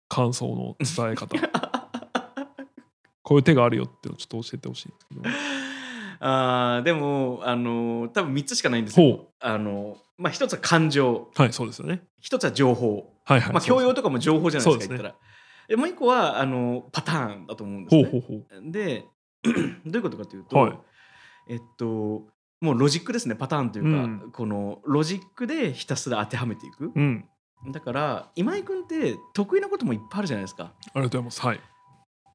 B: 感想の伝え 方こういう手があるよっていうのをちょっと教えてほしいんですけど
A: あーでもあの多分3つしかないんですよ
B: ほ
A: あの、まあ、1つは感情
B: うはいそうですよね
A: 1つは情報
B: はいはい、
A: まあ、
B: そう
A: 教
B: です
A: 養とかも情報じゃないですか
B: そう
A: 言っ
B: ですね
A: たらでもう一個はあのパターンだと思うんですね。
B: ほうほうほ
A: で どういうことかというと、
B: はい
A: えっともうロジックですねパターンというか、
B: うん
A: このロジックでひたすら当てはめていく
B: ううん
A: だから今井君って得意なこともいっぱいあるじゃないですか
B: ありがとうございますはい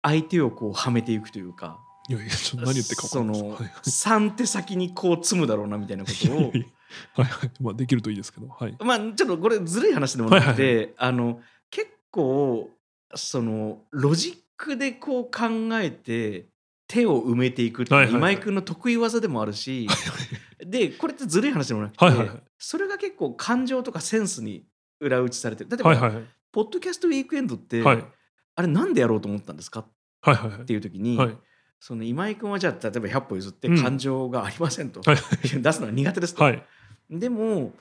A: 相手をこうはめていくというか
B: いやいやちょっと何言ってるか
A: そ
B: 分かん
A: の
B: ないですはい
A: 3手先にこう積むだろうなみたいなことを
B: いやいやはいはいまあできるといいですけどはい
A: まあちょっとこれずるい話でもなくて、
B: はい
A: あの結構そのロジックでこう考えて手を埋めていくっていう
B: はいはいはい
A: 今井君の得意技でもある し、でこれってずるい話でもなくて、
B: はいはいはい
A: それが結構感情とかセンスに裏打ちされてる例えば、
B: はいはいはい
A: ポッドキャストウィークエンドって、
B: はい
A: あれなんでやろうと思ったんですかっ
B: はいはいはい
A: ていう時に、
B: はい
A: その今井君はじゃあ例えば100歩譲って
B: うん
A: 感情がありませんと、
B: はい
A: 出すのは苦手ですと、
B: はい
A: でも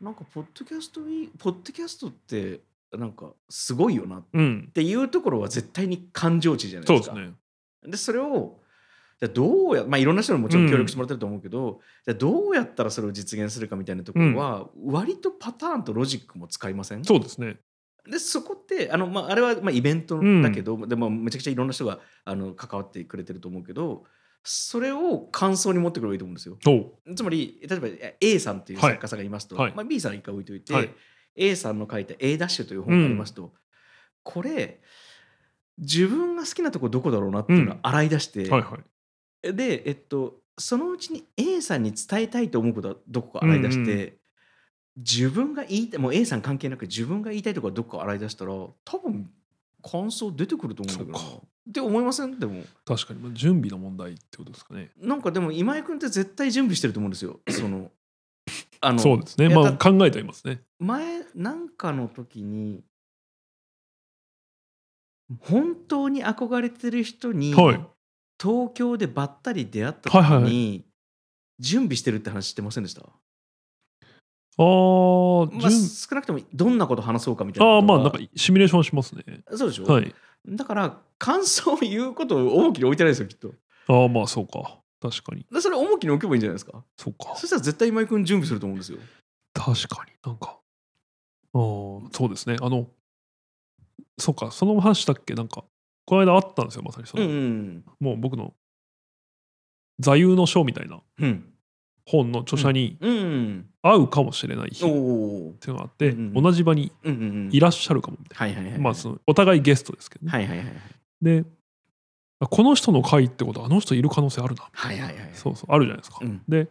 A: なんかポッドキャストいいポッドキャストってなんかすごいよなっ
B: うん
A: ていうところは絶対に感情値じゃない
B: そ
A: で
B: うですす
A: か。
B: ね
A: でそれをじゃあどうやまあいろんな人にもちろん協力してもらってると思うけど、じゃあどうやったらそれを実現するかみたいなところは割とパターンとロジックも使いません、
B: そうですね
A: でそこってあの、まあ、あれはまあイベントだけど、でもめちゃくちゃいろんな人があの関わってくれてると思うけどそれを感想に持ってくればいいと思うんですよ。
B: お
A: つまり例えばえ A さんという
B: はい
A: 作家さんがいますと、
B: はい
A: まあ、B さんは一回置いといて、
B: はい
A: A さんの書いた「A ダッシュ」という本がありますと、これ自分が好きなとこどこだろうなっていうのを
B: うん
A: 洗い出して、
B: はいはい
A: で、えっと、そのうちに A さんに伝えたいと思うことはどこか洗い出して、
B: うんう
A: 自分が言いたいもう A さん関係なく自分が言いたいところはどこか洗い出したら多分感想出てくると思うんだけどな
B: そ
A: って思いませんでも
B: 確かにまあ準備の問題ってことですかね
A: なんかでも今井君って絶対準備してると思うんですよそのあの
B: そうですね
A: いや
B: まあ
A: だ
B: 考えてはいますね
A: 前なんかの時に本当に憧れてる人に、
B: はい
A: 東京でばったり出会った時
B: はいはいは
A: に準備してるって話してませんでした、
B: あー、
A: まあ、
B: 準
A: 少なくともどんなこと話そうかみたいな
B: あ
A: こ
B: ー
A: と
B: ま
A: は
B: あなんかシミュレーションしますね
A: そうでしょ、
B: はい
A: だから感想を言うことを重きに置いてないですよきっとだか
B: ああまあそうか確かに
A: らそれ重きに置けばいいんじゃないですか
B: そうか
A: そしたら絶対今井君準備すると思うんですよ
B: 確かになんかあーそうですねあのそうかその話したっけなんかこの間あったんですよまさにそ
A: うん
B: の、
A: うん
B: もう僕の座右の章みたいな
A: うん
B: 本の著者に
A: うんうん
B: 会うかもしれない日
A: お
B: っ
A: お
B: ていうのがあって、
A: うんうん
B: 同じ場に
A: うんうんうん
B: いらっしゃるかもみたい
A: はいはいは
B: な、
A: い
B: まあそのお互いゲストですけどね、
A: はいはいはい
B: であこの人の会ってことはあの人いる可能性あるなみたいな、
A: はいはいはいはい
B: そうそうあるじゃないですか、
A: うん
B: で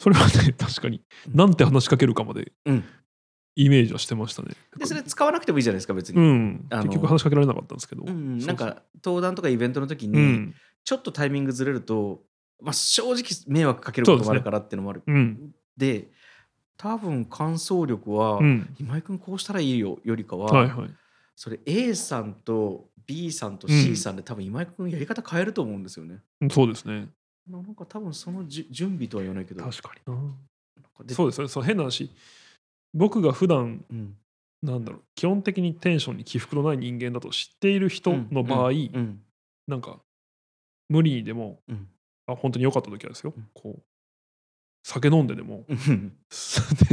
B: それはね確かに
A: うん
B: なんて話しかけるかまで
A: うん
B: イメージはしてましたね、
A: でそれ使わなくてもいいじゃないですか別
B: う
A: に、
B: ん
A: あの
B: 結局話しかけられなかったんですけど、
A: うんうん
B: そうそう
A: なんか登壇とかイベントの時に、
B: うん
A: ちょっとタイミングずれると、まあ、正直迷惑かけることもあるからっていうのもある
B: うん
A: で,、多分感想力は、
B: うん
A: 今井君こうしたらいいよよりかは、
B: はいはい
A: それ A さんと B さんと
B: うん
A: C さんで、多分今井君やり方変えると思うんですよね。
B: うんそうですね
A: ななんか多分そのじゅ準備とは言わないけど
B: 確かにな
A: なんかで
B: そうですねその変な話僕が普段
A: うん
B: なんだろう基本的にテンションに起伏のない人間だと知っている人の場合、
A: うん
B: なんか無理にでも
A: うん
B: あ本当に良かった時はですよ、
A: うん
B: こう酒飲んででも
A: うん
B: テン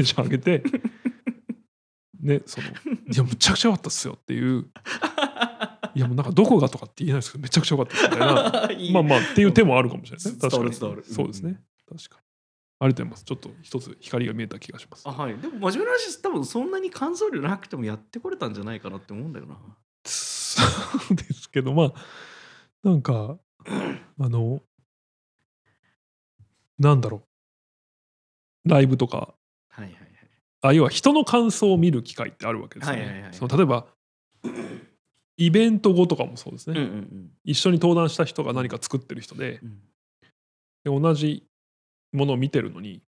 B: ション上 げてねその「いやむちゃくちゃ良かったっすよ」っていう「いやもうなんかどこが」とかって言えないですけどめちゃくちゃ良かったっすみたいな
A: いい
B: まあまあっていう手もあるかもしれないですね
A: 伝わる
B: 確かに
A: 伝わる
B: そうですね確かにありがとうございますちょっと一つ光が見えた気がします
A: あはい、でも真面目な話多分そんなに感想量なくてもやってこれたんじゃないかなって思うんだよな。
B: そう ですけどまあなんかあのなんだろうライブとか
A: はいはいはい。
B: あ要は人の感想を見る機会ってあるわけですよね。
A: はいはいはい
B: その例えばイベント後とかもそうです
A: う
B: ね、
A: んうん
B: 一緒に登壇した人が何か作ってる人で
A: うんうん。
B: で同じものを見てるのに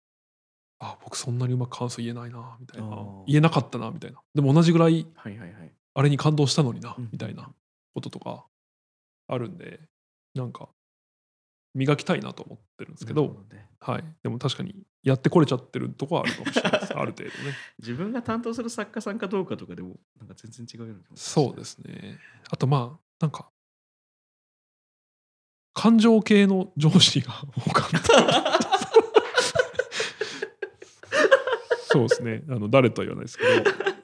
B: あ僕そんなにうまく感想言えないなみたい
A: あ
B: な
A: ー
B: 言えなかったなみたいなでも同じぐらい
A: はいはいはい。
B: あれに感動したのにな、
A: うん
B: みたいなこととかあるんでなんか磨きたいなと思ってるんですけど、
A: なるほね
B: はい、でも確かにやってこれちゃってるとこはあるかもしれないですある程度ね
A: 自分が担当する作家さんかどうかとかでもなんか全然違うような気もする
B: そうですねあとまあなんか感情系の上司が 多かったそうですねあの誰とは言わないですけ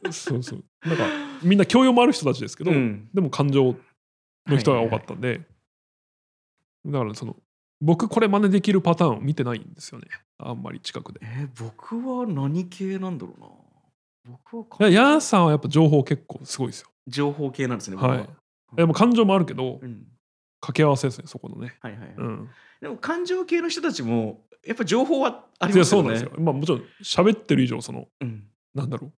B: どそうそうなんかみんな教養もある人たちですけど、
A: うん
B: でも感情の人が多かったんで、だからその僕これ真似できるパターンを見てないんですよねあんまり近くで。
A: えー僕は何系なんだろうな。僕はか
B: いやヤーさんはやっぱ情報結構すごいですよ。
A: 情報系なんですね。僕
B: はい。でも感情もあるけど
A: うん。
B: 掛け合わせですねそこのね。
A: はいはいはい。
B: うん、
A: でも感情系の人たちもやっぱ情報はあり
B: いや
A: ます
B: そう
A: よ
B: なん
A: ね。
B: ですよ。まあもちろん喋ってる以上その
A: うん。
B: なんだろう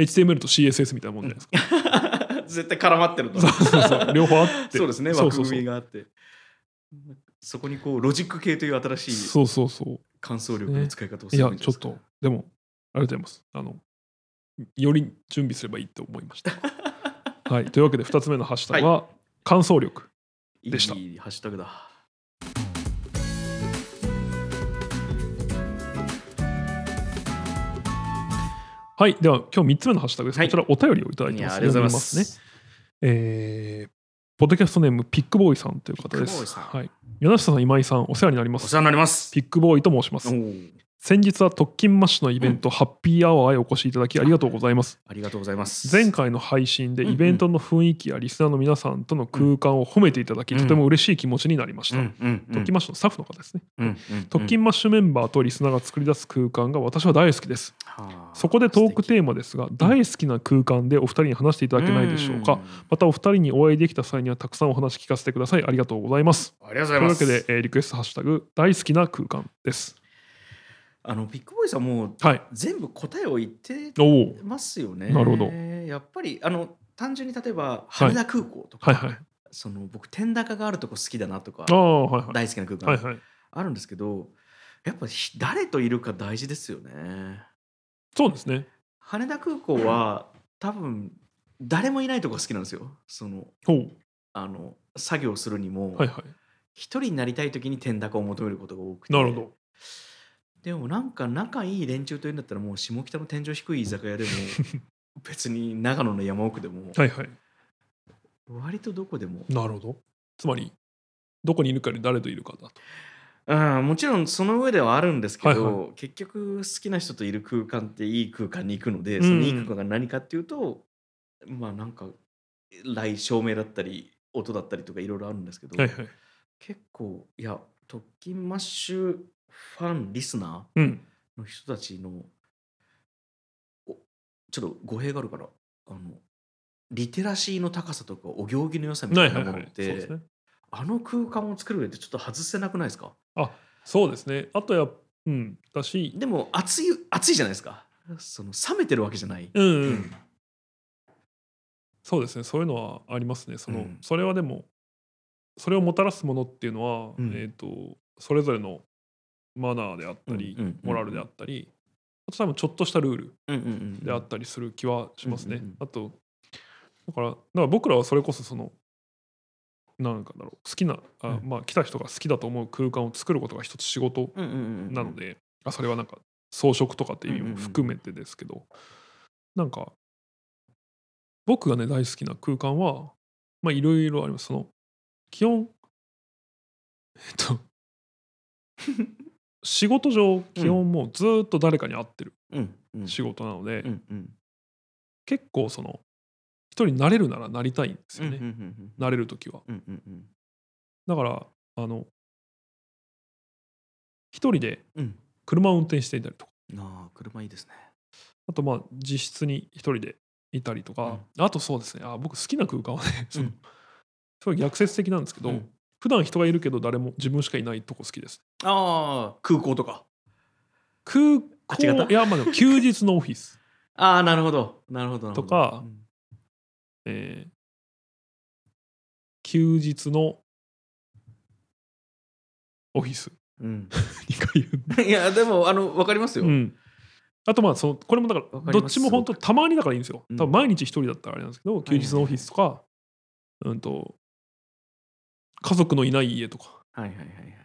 B: HTML と CSS みたいなもんじゃないですか。
A: 絶対絡まってると。
B: そうそう そう両方あって。
A: そうですね、
B: そ
A: 枠
B: うそう
A: 組
B: そ
A: み
B: う。
A: があって。そこにこうロジック系という新しい
B: そうそうそ
A: 感想力の使い方を
B: う。
A: す
B: い
A: る
B: や
A: んじ
B: ち
A: ゃ
B: ょ
A: な
B: っとでもありがとうございます。あのより準備すればいいと思い ました。はいというわけで2つ目のハッシュタグは感想力。
A: い
B: で
A: です
B: し
A: か
B: た
A: いいハッシュタグだ。
B: はい、では今日3つ目のハッシュタグです。
A: はい
B: こちらお便りをいただい
A: い
B: てま
A: や
B: す。
A: ありがとうございま
B: 読みますね。
A: す。
B: えーポッドキャストネームピックボーイさんという方で
A: ピックボーイ
B: す。
A: さん
B: はい、柳下さん、今井さん、お世話になりま
A: お
B: す。
A: 世話になります。
B: ピックボーイと申しま
A: お
B: す。
A: ー
B: 先日は特勤マッシュのイベント、ハッピーアワーへお越しいただきありがとうございます。
A: ありがとうございます。
B: 前回の配信でイベントの雰囲気やリスナーの皆さんとの空間を褒めていただき、
A: うん
B: とても嬉しい気持ちになりました。
A: うんうんうん
B: 特勤マッシュのスタッフの方ですね。
A: うんうん
B: 特勤マッシュメンバーとリスナーが作り出す空間が私は大好きです。
A: はあ
B: そこでトーク
A: 素
B: テーマですが、大好きな空間でお二人に話していただ
A: 敵
B: けないでしょうか。またお二人にお会いできた際にはたくさんお話聞かせてください。ありがとうございます。
A: うんありがとうござ
B: と
A: い
B: いう
A: ま
B: わ
A: す。
B: けで、えーリクエストハッシュタグ大好きな空間です。
A: あのピックボーイさんもう
B: はい。
A: 全部答えを言って
B: おお。
A: ますよね。
B: なるほど
A: やっぱりあの単純に例えば羽田空港とか、
B: はいはい
A: その僕天高があるとこ好きだなとか
B: ああはいはい
A: 大好きな空
B: はい
A: 間
B: はい
A: あるんですけど、やっぱひ誰といるか大事ですよね
B: そうですね
A: 羽田空港は多分誰もいないとこが好きなんですよその
B: ほう
A: あの作業するにも
B: はいはい
A: 一人になりたい時に天高を求めることが多くて
B: なるほど
A: でもなんか仲いい連中というんだったらもう下北の天井低い居酒 屋でも別に長野の山奥でも
B: はいはい
A: 割とどこでも、
B: なるほどつまりどこにいるかより誰といるかだと
A: うん、もちろんその上ではあるんですけど、
B: はい
A: 結局好きな人といる空間っていい空間に行くので、
B: うん
A: そのいい空間が何かっていうとまあなんか来照明だったり音だったりとかいろいろあるんですけど、
B: はいはい
A: 結構いや特勤マッシュファンリスナー
B: うん
A: の人たちのおちょっと語弊があるからあのリテラシーの高さとかお行儀の良さみ
B: は
A: た
B: い
A: い
B: は
A: ないも
B: は
A: のっ
B: い
A: て、
B: そうですね
A: あの空間を作る上でちょっと外せなくないですか
B: そうですねあとやうんだし
A: でも暑い暑いじゃないですかその冷めてるわけじゃない、
B: うん、うん、そうですねそういうのはありますねその、
A: うん
B: それはでもそれをもたらすものっていうのは、
A: うん
B: えー、とそれぞれのマナーであったり、
A: うんうんうん
B: モラルであったりあと多分ちょっとしたルール
A: うんうんうん
B: であったりする気はしますね、
A: うんうんうん
B: あとだからだから僕らはそれこそそのなんかだろう好きなあ、
A: うん
B: まあ来た人が好きだと思う空間を作ることが一つ仕事
A: うんうんうんうん
B: なので、あそれはなんか装飾とかっていう意味も含めてですけど、なんか僕がね大好きな空間はまあいろいろありますその基本えっ と仕事上基本もうずーっと誰かに会ってる
A: うんうん
B: 仕事なので、
A: うんうん
B: 結構その一人になれるならなりたいんです
A: うんう
B: よ
A: ん
B: ね、
A: うん
B: なれる時は
A: うんうんうん
B: だからあの一人で
A: うん
B: 車を運転していたりとか
A: ああ車いいですね
B: あとまあ実質に一人でいたりとか、あとそうですねあ僕好きな空間はね、その
A: うん
B: すごい逆説的なんですけど、
A: うん
B: 普段人がいるけど誰も自分しかいないとこ好きです
A: ああ空港とか
B: 空
A: あ
B: 港
A: 違った
B: いやまあでも休日のオフィス、
A: ああなるほどなるほどなるほど
B: とか
A: うん
B: えー休日のオフィス
A: うん
B: 2回言
A: いやでもあのわかりますよ、
B: う、うん、あとまあそのこれもだか
A: わからります
B: どっちも本当たまにだからいいんですよ、
A: うん
B: 多分毎日一人だったらあれなんですけど休日のオフィスとか、うんと家族のいない家とか
A: はいはいはいはいはい。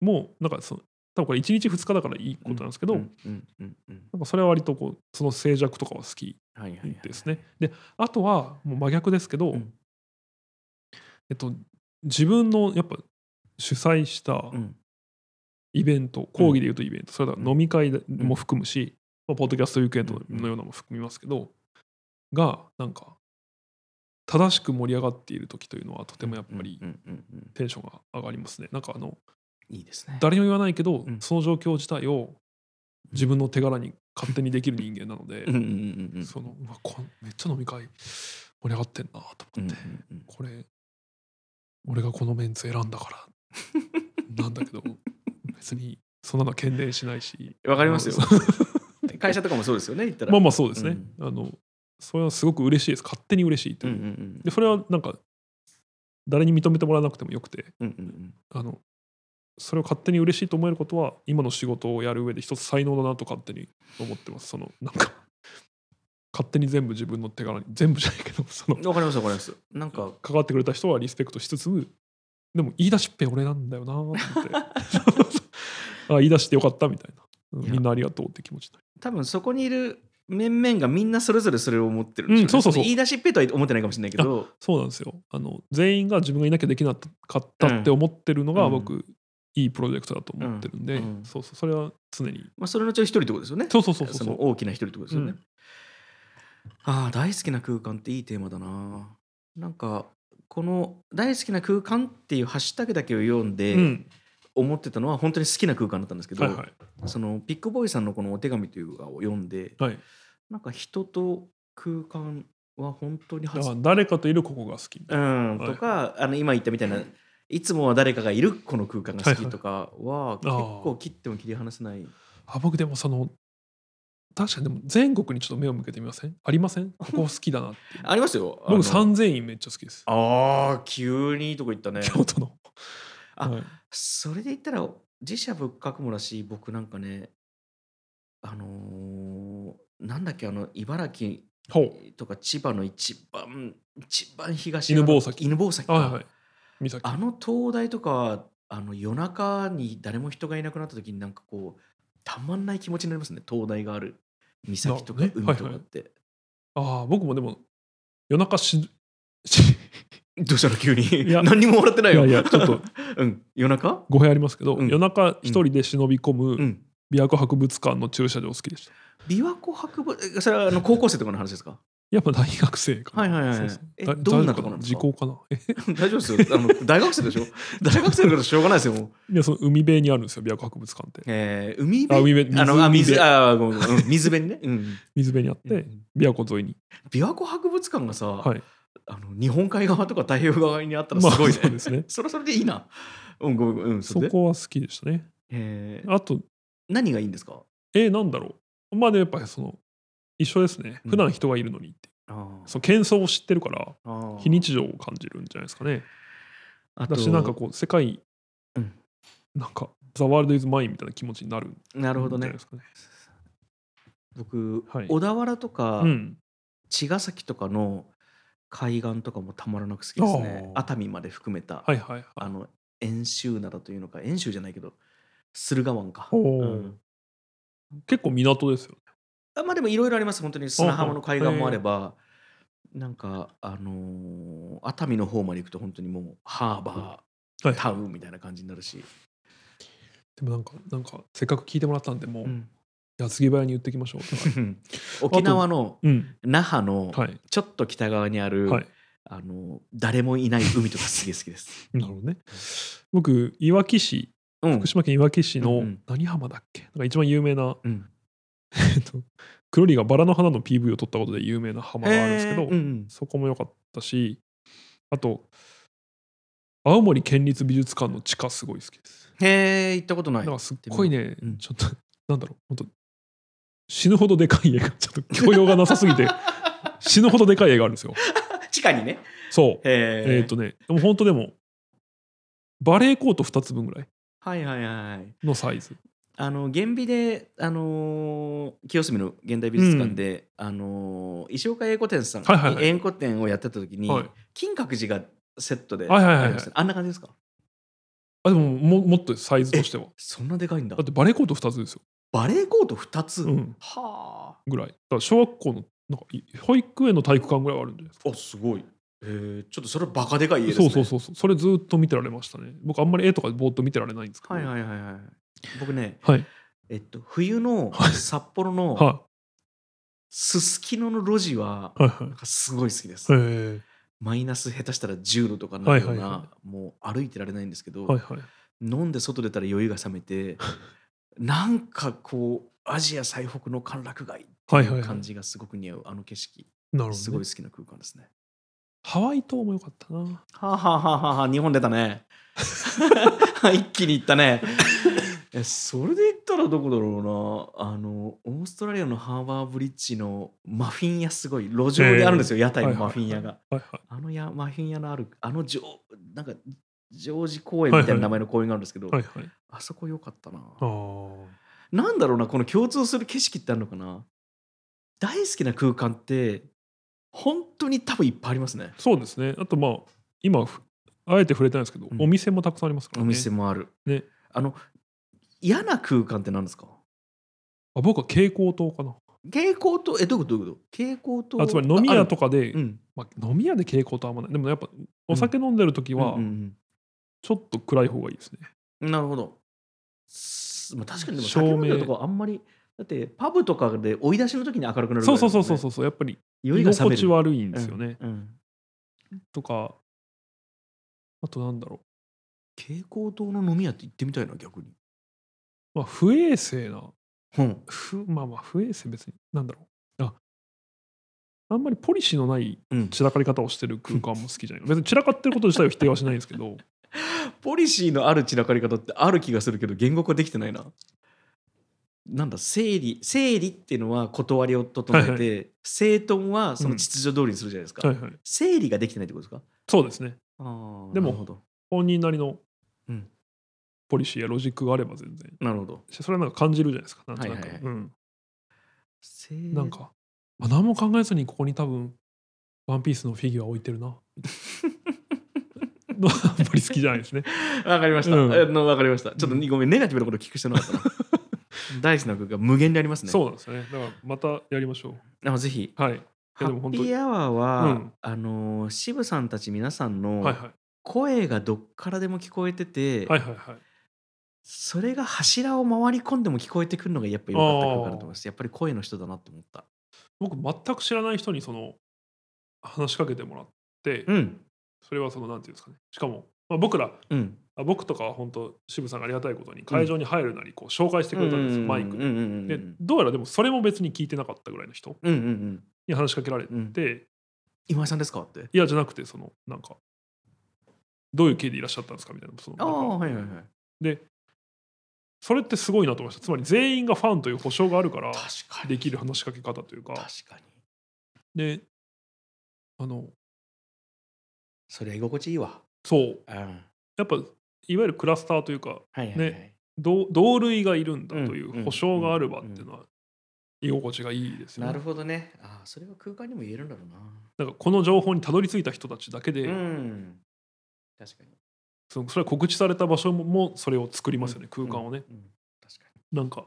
B: もうなんかその多分これ1日2日だからいいことなんですけど、
A: うんうんうんうん
B: なんかそれは割とこうその静寂とかは好き
A: はいはいはい。
B: ですね。であとはもう真逆ですけど、
A: うん
B: えっと、自分のやっぱ主催した
A: うん
B: イベント、講義でいうとイベントそれは飲み会で
A: ん
B: も含むし、まあ、ポッドキャストウィークエンド
A: うんうん
B: のようなのも含みますけどがなんか正しく盛り上がっている時というのはとてもやっぱり
A: うんうんうん
B: テンションが上がりますね。なんかあの
A: うんいいですね。
B: 誰にも言わないけど、
A: うん
B: その状況自体を自分の手柄に勝手にできる人間なので、
A: うんうんうんうん
B: そのうわこんめっちゃ飲み会盛り上がってんなと
A: うん
B: 思
A: う
B: っ
A: ん
B: て、
A: うん
B: これ俺がこのメンツ選んだからなんだけど別にそんなのは懸念しない し
A: わかりますよ
B: あの。
A: 会社とかもそうですよね。言ったら。
B: まあまあそうですね、
A: う
B: あのそれはすごく嬉しいです勝手に嬉しいと
A: う
B: い
A: ん
B: う、
A: うんうん
B: でそれはなんか誰に認めてもらわなくてもよくて
A: うんうん
B: あのそれを勝手に嬉しいと思えることは今の仕事をやる上で一つ才能だなと勝手に思ってますそのなんか勝手に全部自分の手柄に全部じゃないけどその
A: うんわかりますわかります。なんか
B: 関わってくれた人はリスペクトしつつでも言い出しっぺ俺なんだよなと思って あ言い出してよかったみたいなう
A: い
B: ん
A: や
B: みんなありがとうって気持ちになる
A: 多分そこにいる面々がみんなそれぞれそれを思ってるんでしょ
B: うんそうそうそう
A: 言い出しっぺとは思ってないかもしれないけど。
B: そうなんですよあの全員が自分がいなきゃできなかったって思ってるのが
A: うん
B: 僕、いいプロジェクトだと思ってるんで、
A: うんうん
B: そうそうそれは常に
A: まあそれのうちの一人ってことですよね。
B: そうそうそうそう
A: その大きな一人ってことですよね。
B: うん
A: ああ大好きな空間っていいテーマだな。なんかこの「大好きな空間」っていうハッシュタグだけを読んで
B: うん
A: 思ってたのは本当に好きな空間だったんですけど、
B: はいはい
A: そのピックボーイさんのこのお手紙というかを読んで
B: はい
A: なんか人と空間は本当に
B: だから
A: 初
B: 誰かといるここが好きみたい
A: うんとかあの今言ったみたいないつもは誰かがいるこの空間が好きとかは結
B: はいはい
A: 構切っても切り離せない。
B: なあ僕でもその確かにでも全国にちょっと目を向けてみませんありませんここ好きだなって
A: ありますよあの
B: 僕三千院めっちゃ好きです
A: あー急にいいとこ行ったね
B: 京都の
A: あ
B: はい
A: それで言ったら自社仏閣もだし僕なんかねあのーなんだっけあの茨城
B: ほう
A: とか千葉の一番一番東
B: 犬
A: 側の
B: 吠埼
A: 犬吠埼か
B: はいはい三崎
A: あの灯台とかはあの夜中に誰も人がいなくなった時になんかこうたまんない気持ちになりますね灯台がある岬とか
B: なるほどね
A: 海とかって、
B: ああ僕もでも夜中しし
A: どうしたの急に
B: いや
A: 何にも笑ってないよ
B: いやいやちょっと、
A: うん、夜中
B: 語弊ありますけど、
A: うん
B: 夜中一人で忍び込
A: う
B: む
A: ん
B: 琵琶湖博物館の駐車場好きでした
A: 琵琶湖博物えそれはあの高校生とかの話ですか
B: やっぱ大学生かな
A: はいはいはいはい
B: そうそう
A: え
B: だ
A: どんなとこなんです
B: 時
A: か
B: 効かなえ
A: 大丈夫ですよあの大学生 でしょ大学生のことしょうがないですよもう、
B: いやその海辺にあるんですよ琵琶湖博物館って
A: えー、海
B: あ
A: 辺
B: 海辺
A: あのあ
B: 湖
A: 水
B: で
A: あごめんごめんうん水辺にね、うん、
B: 水辺にあって、
A: うん
B: 琵琶湖沿いに
A: 琵琶湖博物館がさ、
B: はい
A: あの日本海側とか太平洋側にあったら
B: まあ
A: すごいね、
B: そうですね
A: それはそれでいいな。うん、ごめんごめん、うん、
B: そ
A: れで
B: こは好きでしたね
A: えー
B: あと
A: 何がいいんですか
B: えー、なんだろうまあでもやっぱりその一緒ですね
A: うん
B: 普段人がいるのにって、
A: あ
B: その喧騒を知ってるから
A: あ
B: 非日常を感じるんじゃないですかね
A: あと
B: 私なんかこう世界、
A: うん
B: なんか「ザ・ワールド・イズ・マイン」みたいな気持ちになるんじ
A: な
B: ゃ
A: るほど
B: ない
A: ね
B: ですかね。
A: 僕、
B: はい
A: 小田原とか、
B: うん、
A: 茅ヶ崎とかの海岸とかもたまらなく好きですね
B: あー
A: 熱海まで含めた、
B: はいはいはい。
A: あの遠州灘というのか遠州じゃないけど駿河湾か、
B: お
A: う
B: ー
A: ん
B: 結構港ですよね。
A: あまあでもいろいろあります本当に砂浜の海岸もあればなんかあのー熱海の方まで行くと本当にもうハーバ
B: は
A: ー
B: い
A: タウンみたいな感じになるし、
B: でもなんかなんかせっかく聞いてもらったんでもう、
A: うん
B: 矢継ぎ早に言ってきましょう。
A: 沖縄の
B: うん、
A: 那覇の
B: はい、
A: ちょっと北側にある、
B: はい、
A: あの誰もいない海とかすげえ好きです。
B: なるほどね。僕いわき市
A: うん
B: 福島県いわき市
A: う
B: の
A: ん
B: 何浜だっけ、なんか一番有名な、
A: うん
B: えっと、クロリがバラの花の PV を撮ったことで有名な浜があるんですけど、
A: へーうん
B: そこも良かったしあと青森県立美術館の地下すごい好きです。
A: うんへえ行ったことな
B: だ
A: い。
B: からすっごいね、
A: うん
B: ちょっとなんだろう本当死ぬほどでかい絵が ちょっと教養がなさす ぎて死ぬほどでかい絵があるんですよ。
A: 地下にね。
B: そう。
A: へえ
B: えっ、とねでも本当でもバレーコート2つ分ぐらい
A: はいはいはい。
B: のサイズ。
A: あの原美で、あのー清澄の現代美術館で、あのー石岡英子展さん、
B: はいはいはい
A: 英子展をやってた時に、
B: はい
A: 金閣寺がセットで
B: はいはいはいはい
A: ありましたねあんな感じですか
B: あでもももっとサイズとしては。
A: そんなでかいんだ
B: だってバレーコート2つですよ。
A: バレーコート2つ、
B: うん、
A: は
B: ぐらい。だから小学校のなんかい保育園の体育館ぐらいはあるんじゃないですか。
A: ああすごいえー、ちょっとそれバカでかい家です
B: そ
A: ね
B: うそうそうそう。それずっと見てられましたね。僕あんまり絵とかぼーっと見てられないんですけど。
A: はいはいはいはい僕ね
B: はい。
A: えっと冬の
B: はい
A: 札幌の
B: は。
A: すすきのの路地はい
B: はいはい
A: なんかすごい好きです、
B: えー
A: マイナス下手したら10度とかになるような、
B: はいはいは
A: もう歩いてられないんですけど、
B: はいはい。
A: 飲んで外出たら酔いが覚めて なんかこうアジア最北の歓楽街って
B: はいはい
A: い
B: は
A: う
B: い
A: 感じがすごく似合うあの景色
B: なるほ
A: す
B: ど、
A: ご
B: ね
A: い。好きな空間ですね。
B: ハワイ島も良かったな。
A: はあ、はあはあはあはあ、日本出たね。 一気に行った ね。えそれで言ったらどこだろうなあのオーストラリアのハーバーブリッジのマフィン屋すごい路上であるんですよ、屋台のマフィン屋が、
B: はいはい。
A: あのやマフィン屋のあるあのジョなんかジョージ公園みたいな名前の公園があるんですけど、
B: はいはい。
A: あそこ良かったな、
B: あー
A: なんだろうなこの共通する景色ってあるのかな大好きな空間って本当に多分いっぱいありますね
B: そうですね。あとまあ、今、ふあえて触れてないですけど、
A: うん
B: お店もたくさんありますから
A: お
B: ね。
A: 店もある、
B: ね
A: あの嫌な空間って何ですか
B: あ僕は蛍光灯かな。
A: 蛍光灯えどういうことどういうこと蛍光灯
B: あつまり飲み屋と
A: か、
B: かで、
A: うん、
B: まあ、飲み屋で蛍光灯あんまない。でもやっぱお酒飲んでる時は
A: うん、うん
B: ちょっと暗い方がいいですね。
A: うんなるほど、すまあ、確かにでも
B: 照
A: 酒
B: 明
A: 飲んでるとこあんまりだってパブとかで追い出しの時に明るくなるぐらいだもんね、
B: そうそうそうそうそう。やっぱり
A: 酔
B: 居
A: いが覚め
B: 心
A: る
B: 地悪いんですよね。
A: うんうん
B: とか、あとなんだろ
A: 蛍光灯の飲み屋って行ってみたいな逆に、
B: う、まあ、不衛生な、
A: うん、
B: 不まあまあ不衛生別に、なんだろう。ああんまりポリシーのない
A: うん
B: 散らかり方をしてる空間も好きじゃない。別に散らかってること自体を否定はしないんですけ ど、
A: ポリシーのある散らかり方ってある気がするけど言語化できてないななんだ整理整理っていうのは断りを整えて、
B: はい
A: 整頓はその秩序通りにするじゃないですか、
B: はいはい、
A: 整理ができてないってことですか
B: そうですね
A: あー
B: でも
A: なるほど
B: 本人なりの
A: うん
B: ポリシーやロジックがあれば全然
A: なるほど
B: それはなんか感じるじゃないですかなんとな
A: はい
B: く、
A: はいはい
B: うん、
A: 整
B: なんか、まあ、何も考えずにここに多分ワンピースのフィギュア置い てるなのはあんまり好きじゃないですね
A: わかりました。
B: うん
A: あのわかりました。ちょっと
B: う
A: ごめん、ネガティブなこと聞く人なか ったな。大好きな曲が無限にありますね。
B: そうなんですねだからまたやりましょ
A: でもぜひ、
B: うはいい
A: ハ
B: やでも
A: ッ
B: 本
A: ピ
B: 当に
A: ーアワーは、
B: うん
A: あのー渋さんたち皆さん
B: はい
A: の
B: は
A: 声がどっからでも聞こえてて、
B: いはいはいはい
A: それが柱を回り込んでも聞こえてくるのがやっぱ良かった曲かなと思います。やっぱり声の人だなと思った。
B: 僕全く知らない人にその話しかけてもらって、
A: うん、
B: それはそのなんていうんですかねしかも、まあ、僕ら
A: うん。
B: あ僕とかは本当渋さんがありがたいことに会場に入るなりこう紹介してくれたんですよ、マイク
A: うんう
B: で。
A: んうん
B: でどうやらでもそれも別に聞いてなかったぐらいの人
A: うんうんうん。
B: に話しかけられて、
A: うん今井さんですかって。
B: いやじゃなくてそのなんかどういう経緯でいらっしゃったんですかみたいなその
A: ああ、
B: なんか
A: はいはいはい。
B: それってすごいなと思いましたつまり全員がファンという保証があるから
A: 確かに。
B: できる話しかけ方というか
A: 確かに。
B: であの
A: それ居心地いいわ。
B: そう
A: うん。はい
B: やっぱいわゆるクラスターというか
A: はい、はい。
B: ね同同類がいるんだとい
A: うんう
B: うん保証があればっていうのは居心地がいいですよ
A: なる
B: ね。
A: ほどね。ああ、それは空間にも言えるんだろうな。
B: なんかこの情報にたどり着いた人たちだけ
A: う
B: で
A: ん。確かに。
B: そのそれは告知された場所ももそれを作りますよね空間をね。
A: うん。うん確かに。
B: なんか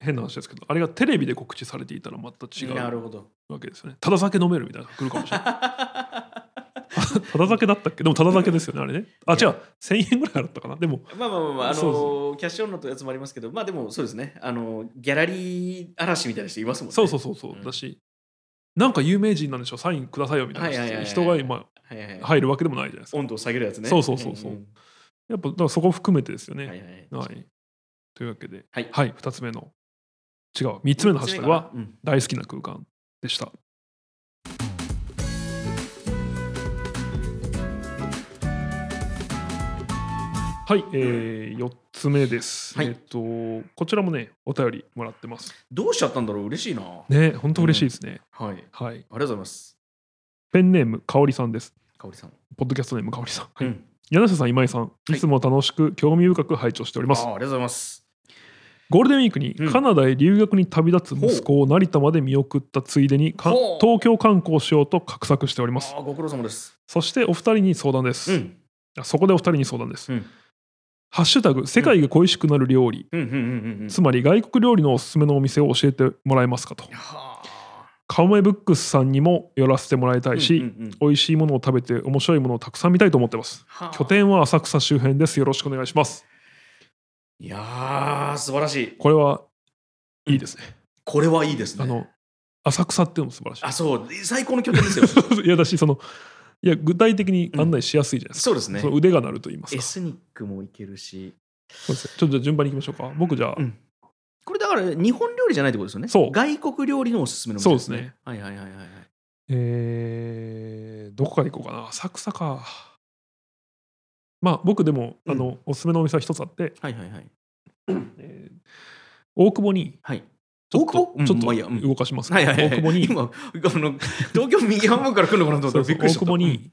B: 変な話ですけどあれがテレビで告知されていたらまた違
A: なる
B: う
A: ほど。
B: わけですよね。ただ酒飲めるみたいなのが来るかもし れない。 ただ酒だったっけでもただ酒ですよねあれね。あ違う1000円ぐらいだったかなでも
A: まあまあまあまあ、あのー
B: そう
A: キャッシュオンのやつもありますけど、まあでもそうですね。あのーギャラリー嵐みたいな人いますもんね。
B: そうそうそうそうだしなんか有名人なんでしょサインくださいよみた
A: はいはいいはい
B: な
A: はい
B: 人が今
A: はいはいはい。
B: 入るわけでもないじゃないですか。
A: 温度を下げるやつね。
B: そうそうそうそうんやっぱだからそこを含めてですよ
A: うんはい
B: ね。
A: はい
B: はい
A: はい。
B: というわけで、
A: はい
B: 2つ目の違う3つ目のハッシュタグは
A: うん
B: 大好きな空間でした。はい、えー、4つ目です。
A: はい
B: えっ、と、こちらもね、お便りもらってます。
A: どうしちゃったんだろう嬉しいな。はい。
B: ね、本当嬉しいですね。
A: あり
B: はい。
A: がとうございます。
B: ペンネーム、かおりさんです。
A: 香織さん。
B: ポッドキャストネーム、かおりさん。はい
A: うん
B: 柳瀬さん、今井さん、
A: い
B: いつも楽しく、興味深く拝聴しており
A: あ
B: ま
A: ー。
B: す
A: ありがとうございます。
B: ゴールデンウィークに
A: うん
B: カナダへ留学に旅立つ息子を成田まで見送ったついでにか
A: ほう
B: 東京観光しようと画策しており
A: あ
B: ます
A: ーご苦労様です。
B: そしてお二人に相談です、
A: うん。
B: あそこでお二人に相談です、
A: うん
B: ハッシュタグ世界が恋しくなる料理、
A: うんうんうんうん。
B: つまり外国料理のおすすめのお店を教えてもらえますかと
A: は
B: カウメブックスさんにも寄らせてもらいた
A: あ。
B: いし、
A: うんうんうん
B: 美味しいものを食べて面白いものをたくさん見たいと思ってます
A: はあ
B: 拠点は浅草周辺ですよろしくお願いします
A: いやー素晴らしい
B: これはいいですね、
A: これはいいですね
B: あの浅草っていうのも素晴らしい
A: あそう最高の拠点 ですよ
B: いやだしそのいや具体的に案内しやすいじゃないですか、
A: そうですね
B: その腕が鳴ると言います
A: エ
B: か
A: スニックもいけるし
B: そうですねちょっとじゃあ順番にいきましょうか僕じゃあ、
A: うんこれだから日本料理じゃないってことですよね
B: そう
A: 外国料理のおすすめのお店
B: そうですね
A: はいはいはいはいはい
B: えーどこから行こうかな浅草かまあ僕でも、あのおすすめのお店は一つあって、
A: はいはいはい
B: えー大久保に
A: はい
B: ちょっ
A: 大久
B: と
A: 保
B: ちょっ
A: うんまあいいやうん
B: と動かしますけ
A: は
B: ど、
A: いはいはい
B: 大久保に
A: 今あの東京右半分から来るのかなと思った
B: そう
A: ら
B: そ
A: び
B: う
A: っく
B: 大
A: りしちゃっ
B: 久
A: た
B: 保に、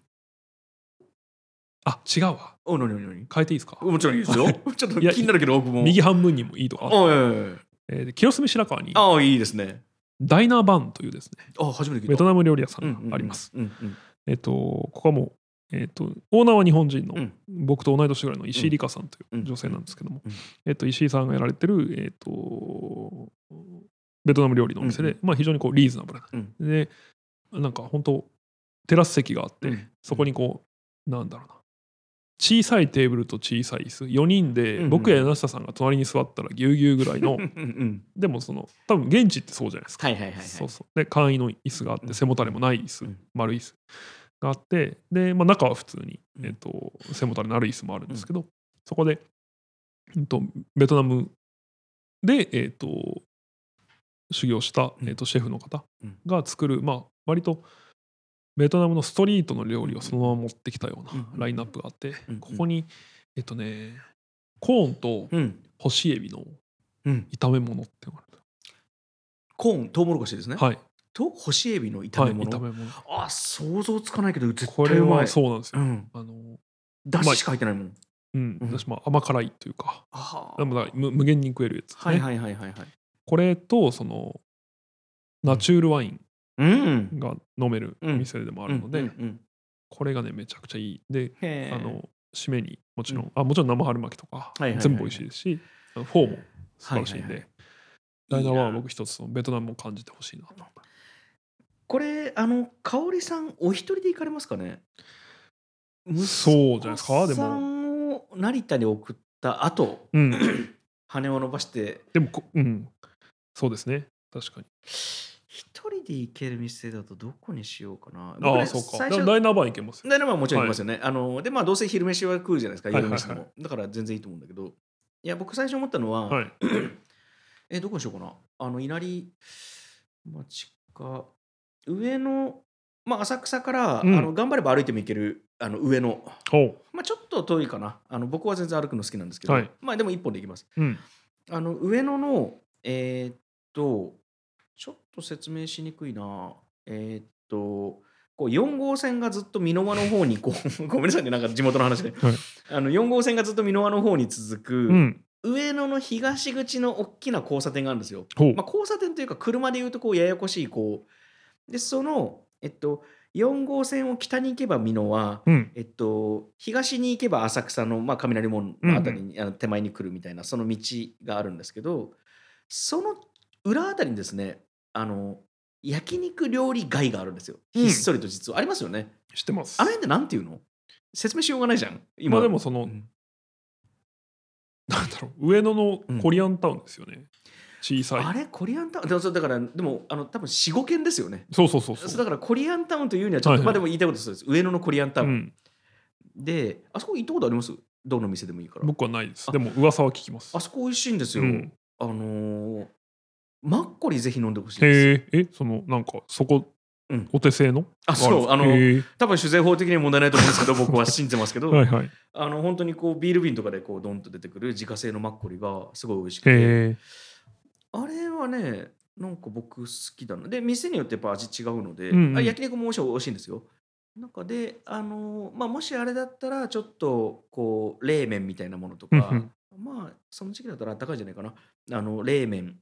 B: あ違うわ
A: おなになになに
B: 変えていいですか
A: もちろんいいですよ ちょっと
B: いや
A: 気になるけど大久保
B: 右半分にもいいとか、
A: おいおいおい
B: えーで清澄白河に
A: ああいいですね
B: ダイナーバンというですね
A: あ初めて聞
B: ベ
A: いた
B: トナム料理屋さ
A: うんうん
B: ん
A: うん
B: があります、
A: うんうん
B: えっと、ここはもう、えっと、オーナーは日本人の、
A: うん
B: 僕と同い年ぐらいの石井理香さんと
A: う
B: い
A: ん
B: う女性なんですけども、
A: うん
B: えっと、石井さんがやられてる、えっと、ベトナム料理のお店で、
A: うん
B: まあ、非常にこうリーズナブルな、
A: うん
B: でなんか本当テラス席があって、
A: うん
B: そこにこうなんだろうな小さいテーブルと小さい椅子4人で、
A: うんうん
B: 僕や柳下さんが隣に座ったらぎゅうぎゅうぐら い
A: う
B: の
A: んうんうん
B: でもその多分現地ってそうじゃないですか
A: はいはいはいはい
B: そうそうで簡易の椅子があっ
A: うん
B: て背もたれもない椅子、
A: うん
B: 丸い椅子があってで、まあ、中は普通に、
A: うん
B: えっと背もたれのある椅子もあるんですけど、そこで、うんとベトナムで、えっと修行した、
A: うん
B: えっとシェフの方
A: うん
B: が作る、まあ、割とベトナムのストリートの料理をそのまま持ってきたような
A: うん
B: ラインナップがあって、
A: うん
B: ここにえっ、とねコーンと
A: うん
B: 干しエビの
A: うん、
B: 炒め物って言われ
A: コーントウモロコシですね、
B: た。はい。
A: と干しエビの炒
B: はい、
A: め物、
B: 炒め物。
A: あ想像つかないけど絶
B: こ
A: 対
B: れ
A: うま
B: はいそうなんです
A: う
B: よ。
A: ん
B: あの、
A: だししか入ってないもん、
B: うん、
A: うん
B: 私まあ甘辛いというか、
A: あ
B: でもだから無無限に食えるやつですね。
A: はいはいはいはいはい
B: これとそのナチュールワイン
A: うん
B: が飲める店でもあるので、
A: うんうん
B: これがねめちゃくちゃいい。で、
A: うんへー
B: あの締めにもちろん、
A: うん
B: あもちろん生春巻きとか、
A: いはいはいはい
B: 全部美味しいですし、あのフォーも素晴らしいんで、
A: はいはいはい
B: ダイナワ
A: い
B: ン
A: いな
B: は僕一つそのベトナムも感じてほしいなと。
A: これあの香織さんお一人で行かれますかね
B: そうじゃないですかでも
A: 息子さんを成田に送った後
B: うん、
A: 羽を伸ばして
B: でもこうんそうですね確かに。
A: 一人で行ける店だとどこにしようかな僕
B: あ
A: ね
B: あそうか。
A: 最
B: で
A: 初
B: もダイナワン行けますよ。
A: ダイナマンはもちろん行きますよね。あので、まあ、どうせ昼飯は食うじゃないですか、
B: はい
A: 夜
B: はいはい
A: 飯でも。だから全然いいと思うんだけど、いや、僕最初思ったのは、
B: はい。
A: え、どこにしようかな。あの、稲荷町か、上の、まあ、浅草から、
B: うん
A: あの頑張れば歩いても行ける、あの上の、
B: ほ
A: まあ、ちょっと遠いかな。あの僕は全然歩くの好きなんですけど、
B: はい
A: まあ、でも一本で行きます。
B: う。うん。
A: あの上野の、えーっと、ちょっと説明しにくいな。えーっと、こう4号線がずっと美濃輪の方にこう ごめんなさいねなんか地元の話で、
B: はい
A: あの4号線がずっと美濃輪の方に続く、
B: うん。
A: 上野の東口の大きな交差点があるんですよ、
B: ほう
A: まあ、。交差点というか車でいうとこうややこしいこうでそのえっと4号線を北に行けば美濃輪
B: うん。
A: えっと、東に行けば浅草の、まあ、雷門のあたりに、あの手前に来るみたいなその道があるんですけどその裏あたりにですねあの焼肉料理街があるんですよ
B: うん
A: ひっそりと実は、ありますよね
B: 知ってます。
A: あの辺ってなんていうの説明しようがないじゃん
B: 今でもその、
A: うん
B: なんだろう上野のコリアンタウンですよね、小さい
A: あれコリアンタウンでもそうだからでもあの多分45軒ですよね
B: そうそうそう
A: そう
B: そ
A: だ
B: う、
A: からコリアンタウンというにはちょっと、
B: はいはい
A: まあでも言いたいことそうです上野のコリアンタ
B: う
A: ウン、
B: ん、
A: であそこ行ったことありますどの店でもいいから
B: 僕はないです
A: あ
B: でも噂は聞きます
A: あそこ美味しいんですよ、
B: うん
A: あのーマッコリぜひ飲んでほしいです。
B: へええそのなんかそこ、
A: うん
B: お手製の
A: あそうあの
B: へえ
A: 多分酒税法的には問題ないと思うんですけど僕は信じてますけど、
B: はいはいへ
A: あの本当にこうビール瓶とかでこうドンと出てくる自家製のマッコリがすごい美味しくて
B: え
A: あれはねなんか僕好きだなで店によってやっぱ味違うので、
B: うんうん
A: あ焼肉ももちろん美味しいんですよ。なんかであのーまあ、もしあれだったらちょっとこう冷麺みたいなものとか、
B: うんうん
A: まあその時期だったらあったかいんじゃないかなあの冷麺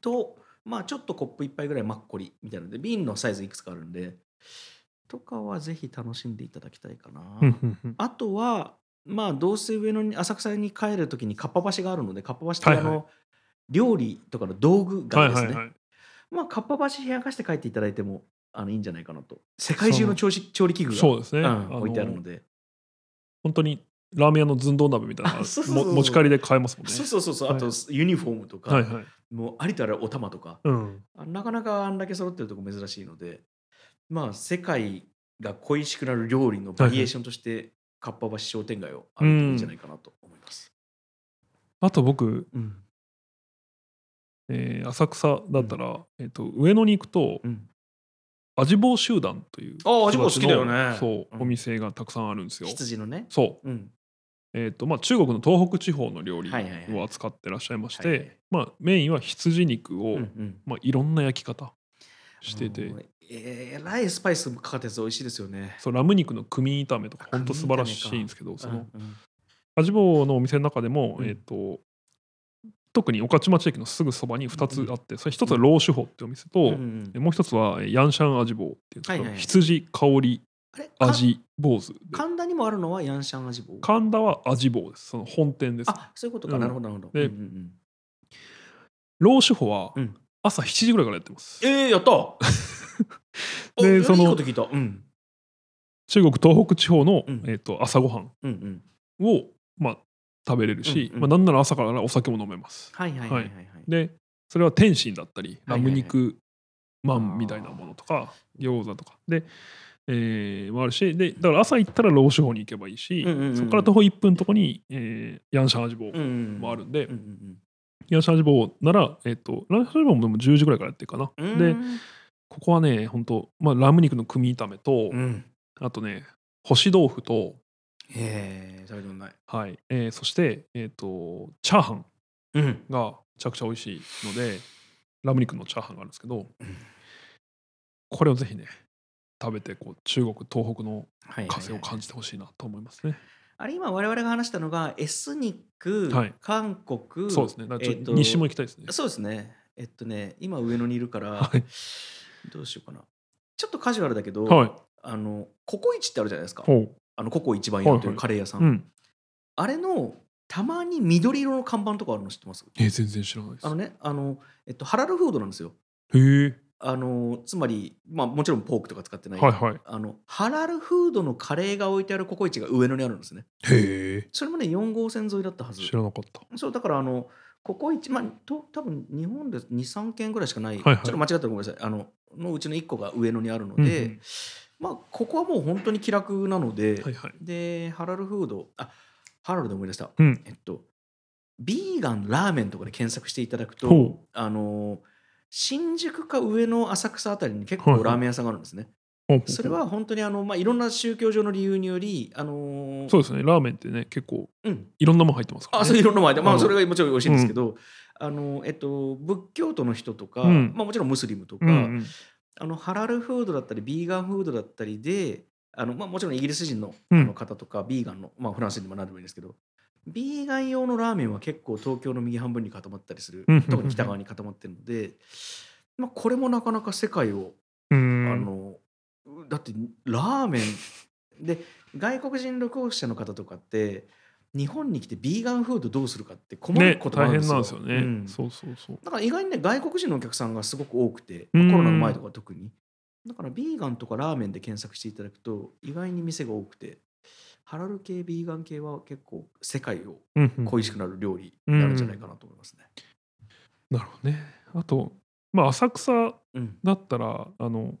A: とまあちょっとコップ一杯ぐらいマッコリみたいなので瓶のサイズいくつかあるんでとかはぜひ楽しんでいただきたいかな、
B: うんうんうん
A: あとはまあどうせ上野に浅草に帰る時にかっぱ橋があるのでかっぱ橋って
B: はい
A: あ
B: はい
A: の、料理とかの道具
B: は
A: が
B: い
A: です
B: は
A: ね、
B: いはい
A: まあかっぱ橋冷やかして帰っていただいてもあのいいんじゃないかなと世界中の調子調理器具が
B: そうです
A: う
B: ね、
A: ん
B: あの
A: 置いてあるので
B: 本当にラーメン屋の寸胴鍋みたいな
A: あそうそうそう
B: も持ち帰りで買えますもんね
A: そうそうそうそうあと
B: は
A: ユニフォームとか、
B: はいはい
A: もうありとあらゆるお玉とか
B: うん
A: あなかなかあんだけ揃ってるとこ珍しいので、まあ、世界が恋しくなる料理のバリエーションとして、かっぱ橋商店街を歩いてもいいんじゃないかなと思います。
B: あと僕、
A: うん。
B: えー浅草だったら、えっと上野に行くと
A: うん。
B: 味坊集団という
A: あー味坊好きだよね
B: そう
A: うん
B: お店がたくさんあるんですよ、
A: 羊のね。
B: そう
A: うん。
B: えーとまあ、中国の東北地方の料理
A: はいはいはい
B: を扱ってらっしゃいまし
A: はいはい
B: てまあメインは羊肉を、
A: うんうん
B: まあ、いろんな焼き方してて、
A: うんえーえらいスパイスかかったやつ美味しいですよね。
B: そうラム肉の組炒めとか
A: あ
B: 本当素晴らしいんですけどその味坊のお店の中でも、
A: うん
B: えー、と特に御徒町駅のすぐそばに2つあって、それ1つは老酒坊っていうお店と、
A: うんうん
B: でもう1つはえーヤンシャン味坊っていうんですけど、
A: はいはい
B: 羊香り
A: あれか
B: 味坊主で
A: 神田にもあるのはヤンシャン味棒。
B: 神田は味坊ですその本店です
A: あそういうことか、
B: うん
A: なるほどなるほど。
B: で
A: うんうんうん
B: 老酒坊は
A: うん
B: 朝7時ぐらいからやってます、
A: えー、 やったお
B: で
A: いや
B: その
A: いいこと聞いた。うん。
B: 中国東北地方の、
A: うん
B: えー、と朝ごはん
A: うんうん。
B: を、まあ、食べれるし、
A: うんうん
B: まあ、なんなら朝からお酒も飲めます
A: はいはいはいはい、はい。
B: でそれは天津だったり
A: は
B: ラ
A: いはいは
B: ム
A: い
B: 肉まんみたいなものとか餃子とかで、えーもあるしでだから朝行ったら老酒法に行けばいいし、
A: うんうんうんうん
B: そこから徒歩1分のとこに、えーヤンシャン味坊
A: うんうん、
B: もあるんで、
A: うんうん
B: ヤンシャン味坊なら、えっとヤンシャン味坊もでも10時ぐらいからやってるかな、
A: うん、
B: でここはね本当まあラム肉の組炒めと、
A: うん、
B: あとね干し豆腐と
A: へえ、食べたことない。
B: はい、えーそして、えー、とチャーハン
A: うん
B: がめちゃくちゃ美味しいのでラム肉のチャーハンがあるんですけどこれをぜひね食べてこう中国東北の
A: はいはい
B: 風
A: は
B: を
A: い
B: 感じてほしいなと思いますね。
A: あれ今我々が話したのがエスニック、
B: はい
A: 韓国
B: そうですね。だからちょっ
A: えっ
B: と
A: と
B: 西も行きたいですね。
A: そうですねえっとね今上野にいるから、
B: はい
A: どうしようかなちょっとカジュアルだけど、
B: はい。
A: あのココイチってあるじゃないですか
B: ほ
A: あのココ一番やって
B: はいは
A: る
B: い
A: カレー屋さん、
B: う。うん。
A: あれのたまに緑色の看板とかあるの知ってます
B: え全然知らないです。
A: あのねあの、えっと、ハラルフードなんですよ
B: へえ。
A: あのつまり、まあ、もちろんポークとか使ってない、
B: はいはい。
A: あのハラルフードのカレーが置いてあるココイチが上野にあるんですね
B: へえ。
A: それもね4号線沿いだったはず
B: 知らなかった。
A: そうだからあのここ一まあと多分日本で23軒ぐらいしかない、
B: はいはい
A: ちょっと間違ったらごめんなさいあののうちの1個が上野にあるの
B: うん
A: で、
B: うん
A: まあここはもう本当に気楽なので、
B: はいはい。
A: でハラルフードあハラルで思い出した、
B: うん
A: えっとビーガンラーメンとかで検索していただく
B: ほ
A: とあの新宿か上野浅草あたりに結
B: はい
A: 構
B: はい
A: ラーメン屋さんがあるんですね、
B: ほうほうほう
A: それは本当にあの、まあ、いろんな宗教上の理由によりあの
B: そうですね。ラーメンってね結構
A: うん、
B: いろんなもん入ってますから、ね。
A: あそういろんなものま
B: あ
A: あ、
B: の
A: それがもちろん美味しいんですけど、あのえっと、仏教徒の人とか、
B: うん
A: まあ、もちろんムスリムとか、
B: うんうん
A: あのハラルフードだったりビーガンフードだったりであの、まあ、もちろんイギリス人の
B: う
A: あ
B: ん
A: の方とか、ビーガンの、まあ、フランス人でも何でもいいんですけどビーガン用のラーメンは結構東京の右半分に固まったりする、
B: うん
A: 特に北側に固まってるので、まあ、これもなかなか世界をあ
B: うん。
A: のだってラーメン で外国人旅行者の方とかって日本に来てビーガンフードどうするかって困
B: ね
A: ることもあ
B: 大
A: るん
B: 変
A: です
B: な
A: よ,うんん、
B: ですよね。そうそうそう。
A: だから意外にね外国人のお客さんがすごく多くて、
B: うん
A: コロナの前とか特にだからビーガンとかラーメンで検索していただくと意外に店が多くてハラル系ビーガン系は結構世界を
B: うんうん
A: 恋しくなる料理になるんじゃないかなと思いますね。
B: なるほどね。あとまあ浅草
A: うん
B: だったらあの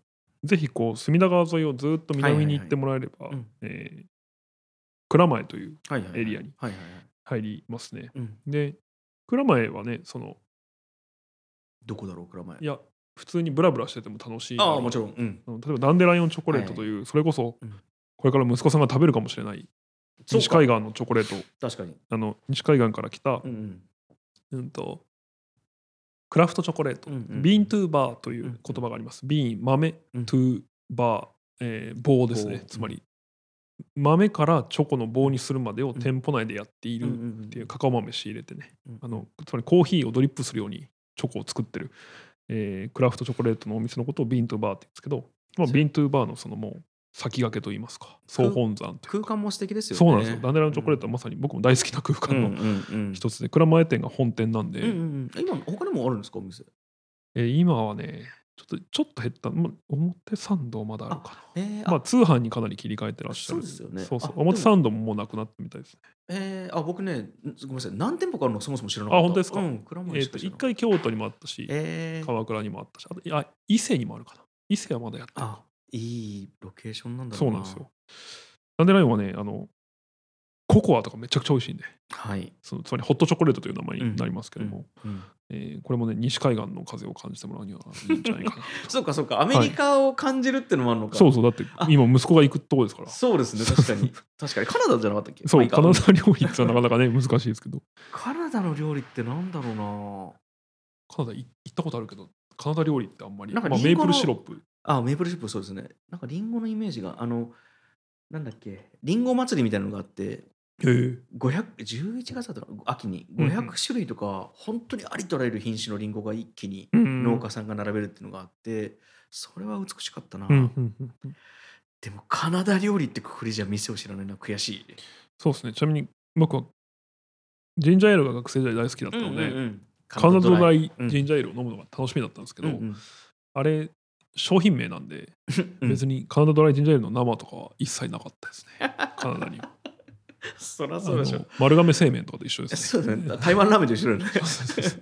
B: ぜひこう隅田川沿いをずっと南に行ってもらえれば、
A: はいはいはい
B: えー蔵前という
A: はいはいはい
B: エリアに
A: はいはいはい
B: 入りますね。
A: うん、
B: で蔵前はねその
A: どこだろう蔵前
B: いや普通にブラブラしてても楽しい
A: ああもちろん、うん、
B: あの例えばダンデライオンチョコレートという、それこそ
A: うん
B: これから息子さんが食べるかもしれない
A: そう
B: 西
A: か
B: 海岸のチョコレート
A: 確かに、
B: あの西海岸から来た、
A: うんうん、
B: うんとクラフトチョコレート、
A: うんうん
B: ビーントゥーバーという言葉があります、ビーン豆
A: うん
B: トゥーバー、えー棒ですね
A: 棒
B: つまり豆からチョコの棒にするまでを店舗内でやっている
A: っ
B: っていうカカオ豆仕入れてね
A: うん
B: あのつまりコーヒーをドリップするようにチョコを作ってる、えークラフトチョコレートのお店のことをビーントゥーバーって言うんですけど、まあ、ビーントゥーバーのそのもう先駆けといいますか総本山という
A: 空
B: か
A: 間も素敵ですよね。
B: そうなんですよダンデラのチョコレートはまさに僕も大好きな空間の
A: の
B: 一つで蔵前店が本店なんで、
A: うんうんうん、今他にもあるんですかお店。
B: えー今はねちょっとちょっと減った、ま、表参道まだあるかな
A: えーあ
B: まあ、通販にかなり切り替えてらっしゃ
A: そ
B: る
A: うですよね
B: そうそう
A: あ
B: 表
A: でも
B: 参道ももうなくなったみたいですね
A: えーあ僕ねんごめんなさい何店舗かあるのそもそも知らなかった。
B: あ本当ですか
A: うん蔵
B: え
A: 前
B: っ
A: し
B: と
A: か知ら
B: 一
A: なかった
B: 回京都にもあったし、
A: えー
B: 鎌倉にもあったしあといや伊勢にもあるかな伊勢はまだやってる
A: あいいロケーションなんだ
B: そ
A: ろ
B: う
A: うな。
B: なんですよ。ダンデライオンはねあのココアとかめちゃくちゃ美味しいんで
A: はい。
B: そのつまりホットチョコレートという名前になりますけども、
A: うん
B: えーこれもね西海岸の風を感じてもらう にはいいんじゃないかな
A: そうかそうかアメリカを感じるってのもあるのか。
B: そうそうだって
A: あ
B: 今息子が行くとこですから
A: そうですね確かに確かにカナダじゃなかったっけ？
B: そ
A: まあいういか
B: 金沢料理ってのはなかなかね難しいですけど
A: カナダの料理ってなんだろうな。
B: カナダい行ったことあるけどカナダ料理ってあんまり
A: なんか
B: まあ、メ
A: リン
B: ー
A: ゴ
B: プ
A: の
B: ルシロップ
A: あ、メープルシロップそうですね。なんかリンゴのイメージが、あの、なんだっけ、リンゴ祭りみたいなのがあって、500 11月だったかな秋に
B: うんうん
A: 500種類とか、本当にありとあらゆる品種のリンゴが一気に
B: うん
A: 農家さんが並べるっていうのがあって、それは美しかったな、
B: うんうんうんうん
A: でもカナダ料理ってくくりじゃ店を知らないのは悔しい、
B: そうですねちなみに僕はジンジャーエールが学生時代大好きだったので、カ
A: カ
B: ナダドラ
A: イ
B: イ
A: うん
B: ジンジャーエールを飲むのが楽しみだったんですけど、
A: うんうん
B: あれ商品名なんで、
A: うん
B: 別にカナダドライジンジャーエールの生とかは一切なかったです ねカナダには
A: そりゃ
B: あ
A: そうでしょ
B: の丸亀製麺とかと一緒ですね
A: そうだね台湾ラーメンと一緒だよね
B: そうそうそ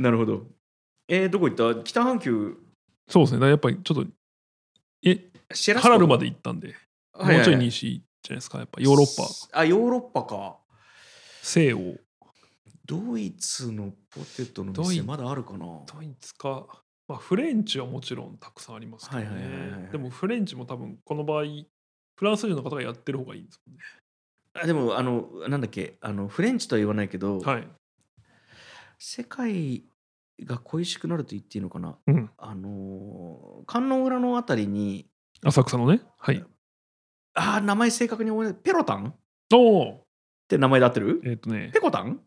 A: なるほどえー、どこ行った北半球
B: そうですねだからやっぱりちょっとえ
A: シェラス
B: ハ
A: コ
B: ラルまで行ったんで、
A: はいはいはい
B: もうちょい西じゃないですかやっぱヨーロッパ
A: あヨーロッパか
B: 西欧
A: ドイツのポテトの
B: ドイ
A: 店まだあるかな
B: ドイツか、まあ、フレンチはもちろんたくさんありますけどね、
A: はいはいはいはいはい
B: でもフレンチも多分この場合フランス人の方がやってる方がいいんですもんね
A: あでもあのなんだっけあのフレンチとは言わないけど、
B: はい
A: 世界が恋しくなると言っていいのかな、
B: うん
A: あのー観音裏のあたりに
B: 浅草のね。はい。
A: あー名前正確に覚えないペロタンっ
B: おお。
A: て名前で合ってる
B: えっ、とね
A: ペ、コタン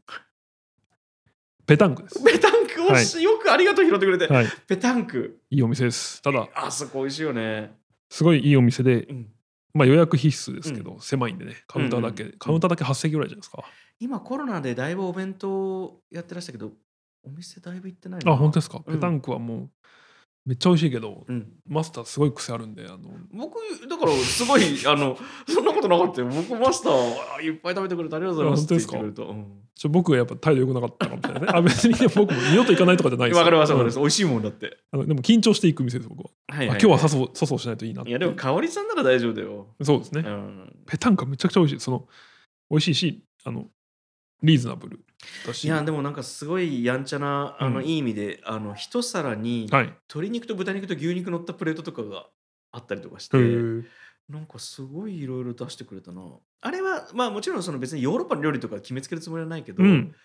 B: ペタン クです。
A: ペタンクをし、よくありがとう拾ってくれて、
B: はい。
A: ペタンク
B: いいお店です。ただ、
A: あそこ美味しいよね、
B: すごいいいお店で
A: う、ん
B: まあ、予約必須ですけど、狭いんでね、カウンターだけ、
A: うんうんうん
B: カウンターだけ8席ぐらいじゃないですか。
A: 今コロナでだいぶお弁当やってらしたけどお店だいぶ行ってない
B: あ、本当
A: で
B: ですか。
A: うん
B: ペタンクはもう、めっちゃ美味しいけど、
A: す、うん、
B: マスターすごい癖あるんで、あの、
A: 僕だからすごいあの そんなことなかったよ僕マスターあいっぱい食べてくれてありがとうございますって言ってくれるとうん
B: ちょ僕はやっぱ態度良くなかったかもしれないですね。あ、別にね僕も二度と行かないとかじゃないです
A: わかりますわかり
B: う
A: ま
B: ん
A: す美味しいもんだって
B: あのでも緊張していく店です、僕は。
A: はい
B: あ今日は粗相粗相しないといいなって
A: いやでも香りさんなら大丈夫だよ
B: そうですね。
A: うん
B: ペタンカめちゃくちゃ美味しい。その美味しいし、あのリーズナブルだし。
A: いやでもなんかすごいやんちゃなあの、
B: うん
A: いい意味であの一皿に
B: はい。
A: 鶏肉と豚肉と牛肉乗ったプレートとかがあったりとかして、
B: へ
A: なんかすごいいろいろ出してくれたなあれはまあもちろんその別にヨーロッパの料理とか決めつけるつもりはないけど、
B: うん。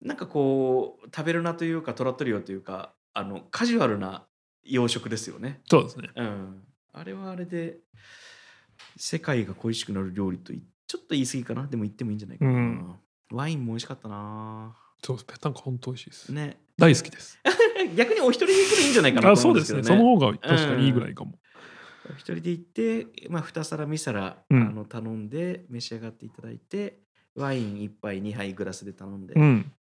A: なんかこう食べるなというかトラットリオというかあのカジュアルな洋食ですよね、
B: そうですね。
A: うん、あれはあれで世界が恋しくなる料理といちょっと言い過ぎかなでも言ってもいいんじゃないかな、
B: うん
A: ワインも美味しかったな
B: そうです。ペタンカ本当美味しいです。
A: ね
B: 大好きです。
A: 逆にお一人で行くのいいんじゃないかな
B: あ、
A: と
B: そ
A: 思
B: うんで
A: です
B: す
A: けど
B: ね。
A: ね
B: その方が確かにいいぐらいかも。
A: お一人で行って、まあ、2皿3皿、
B: うん
A: あの頼んで召し上がっていただいてワイン1杯2杯グラスで頼んで、
B: うん。